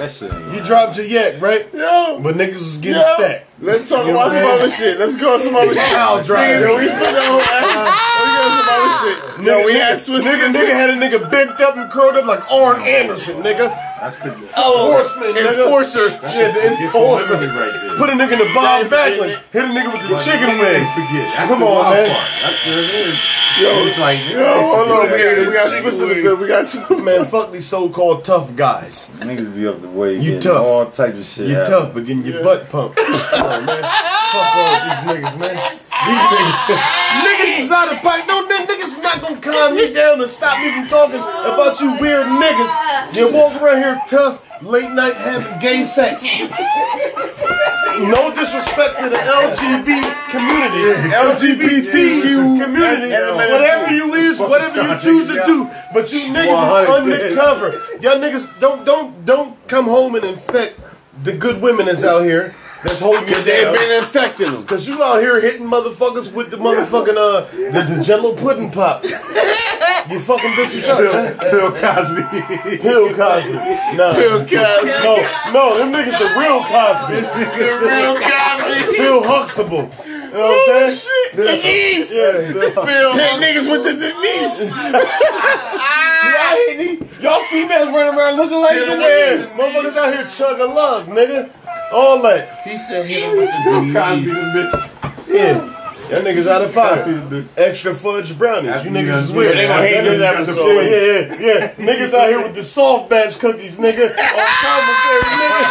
S5: That shit ain't.
S1: You dropped your yak, right?
S3: Yo,
S1: But niggas was getting
S3: Yeah.
S1: stacked.
S3: let's talk
S1: You know
S3: about
S1: what I'm
S3: some
S1: saying?
S3: other shit. Let's go on some other shit.
S1: I'll drive.
S3: Yo, we put that whole we got some other shit. Yo, we had Swiss.
S1: nigga, nigga had a nigga bigged up and curled up like Arn Anderson, nigga.
S5: That's the.
S3: Oh,
S1: Horseman, nigga.
S4: Enforcer.
S1: Yeah, the enforcer.
S5: Memory right there.
S1: Put a nigga in the Bob Backlund. Hit a nigga with the chicken wing.
S5: Forget. it. That's
S1: Come
S5: the
S1: on,
S5: wild
S1: man.
S5: Part. That's the it is. Yo, it's like
S3: Yo, hold on, man. We got
S5: Niggas
S3: Swiss in the good. We got two.
S1: Man, fuck these so-called tough guys.
S5: Niggas be up the way.
S1: You
S5: getting
S1: tough.
S5: All types of shit.
S1: You're
S5: out.
S1: tough, but getting your butt pumped. Come on, man. Fuck all these niggas, man. These niggas, niggas is out of pipe. No, n- niggas is not gonna calm me down and stop me from talking about you weird niggas. You walk around here tough. late night having gay sex. no disrespect to the LGB community, LGBTQ community, whatever you is, whatever you choose to do. But you niggas is
S5: 100.
S1: undercover. Y'all niggas don't don't don't come home and infect the good women that's out here. That's holding you
S3: They've
S1: down.
S3: been infecting them.
S1: Cause you out here hitting motherfuckers with the motherfucking uh the, the Jello pudding pop. You fucking bitches up.
S5: Bill Cosby.
S1: Bill Cosby. Nah.
S4: Oh,
S1: Bill Cosby. No, no, them niggas the real Cosby. the real Cosby. Bill Huxtable. You know what I'm saying? Denise. Yeah. Bill.
S3: Hit niggas with the Denise.
S1: Y'all females running around looking like the man. Motherfuckers out here chug a lug, nigga. All that.
S2: He said hit him with the
S5: Cosby
S2: Cosby.
S5: the bitch.
S1: Yeah. Y'all niggas out of
S5: Cosby
S1: pocket.
S5: the bitch.
S1: Extra fudge brownies. You
S5: After
S1: niggas
S5: you
S1: is
S5: done
S1: weird.
S5: did it, they gonna
S1: After
S5: hate
S1: you
S5: this
S1: done
S5: episode.
S1: done- Yeah, yeah, yeah. niggas out here with the soft batch cookies, nigga. On commissary, nigga.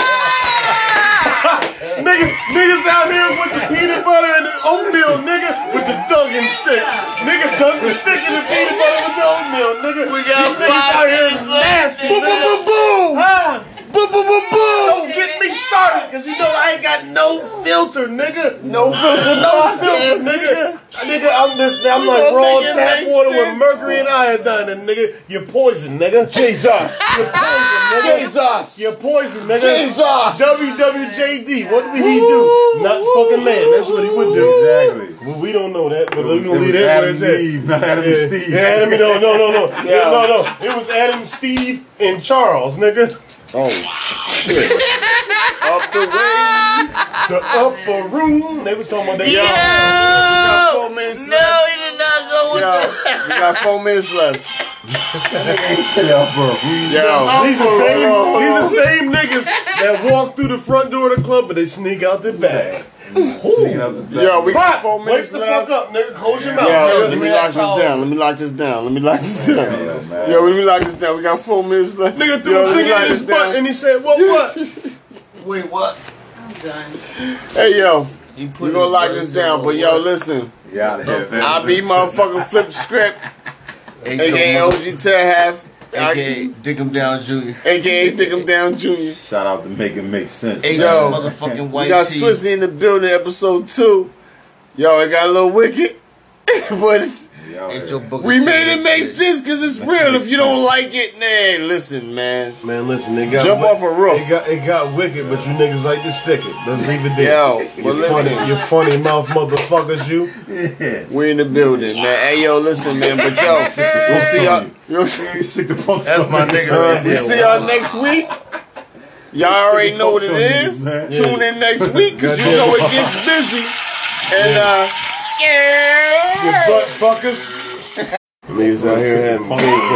S1: niggas, niggas out here with the peanut butter and the oatmeal, nigga, with the Dunkin' stick. Nigga dunk the stick in the peanut butter with the oatmeal, nigga. We got These niggas out here is nasty. Boom, boom, boom, boom. Huh? Boom, boom, boom, boom. Don't get me started, cause you know I ain't got no filter, nigga. No filter, no filter, nigga. Nigga, I'm this. I'm like raw tap water with mercury and iodine, and nigga, you're poison, nigga. Jesus, you're poison, nigga. Jesus, you're poison, nigga. Jesus, WWJD. What would he do? Not fucking man. That's what he would do.
S5: Exactly.
S1: Well, we don't know that, but we're
S5: It
S1: gonna leave
S5: was
S1: that where
S5: Adam
S1: it's at.
S5: Eve, not Adam
S1: yeah.
S5: and Steve.
S1: Yeah, Adam, no, no, no, no. Yeah, no, no. It was Adam, Steve, and Charles, nigga.
S3: Oh, shit. Up the way.
S1: The upper room. They was talking about that.
S3: Got four minutes
S4: No,
S3: left.
S4: he did not go with
S3: Yo,
S4: the.
S3: we got four minutes left. Yo,
S1: These the same, these the same niggas that walk through the front door of the club, but they sneak out the back.
S3: yo, we got
S1: Pop,
S3: four
S1: wake
S3: minutes
S1: the fuck
S3: left.
S1: up, nigga. Close your mouth.
S3: Yo,
S1: nigga.
S3: let me lock this down. Let me lock this down. Let me lock this down. Yo, let me lock this down. We got four minutes left.
S1: Nigga threw
S3: Yo,
S1: a
S3: let me
S1: finger
S3: lock
S1: in his
S3: this
S1: butt
S3: down.
S1: and he said, "What? What?
S2: Wait, what?
S4: I'm done.
S3: Hey, yo,
S2: He put
S3: we're gonna
S2: his
S3: lock
S2: butt
S3: this
S2: in
S3: down.
S2: the
S3: But yo,
S2: wood.
S3: listen,
S5: You out of here, man.
S3: I be motherfucking flip script,
S2: Ate
S3: aka
S2: your mother-
S3: OG Ted Half,
S2: AKA Dick him down, Junior.
S3: aka Dick 'em Down Junior.
S5: Shout out to Make It Make Sense.
S2: Ate
S5: man.
S2: your motherfucking
S3: We
S2: white
S3: got
S2: tea.
S3: Swizzy in the building, episode two. Yo, it got a little wicked, but. It's,
S5: We out
S2: Ate
S5: here.
S2: your Booker
S3: We
S2: T.
S3: made it make sense because it's real. If you don't like it, man, listen, man.
S1: Man, listen, they got
S3: Jump off a roof.
S1: It got it got wicked, but you niggas like to stick it. Let's leave it there.
S3: Yo,
S1: you
S3: but
S1: funny,
S3: listen,
S1: you funny mouth motherfuckers, you.
S3: we're in the building, man. Hey, yo, listen, man. But yo, we'll see y'all. We'll
S5: You sick the punk
S2: That's my nigga
S3: we'll
S2: right there.
S3: see y'all next week. Y'all already know what it is. Tune in next week because you know it gets busy. And uh,
S1: You butt fuckers. Niggas out here having gay sex.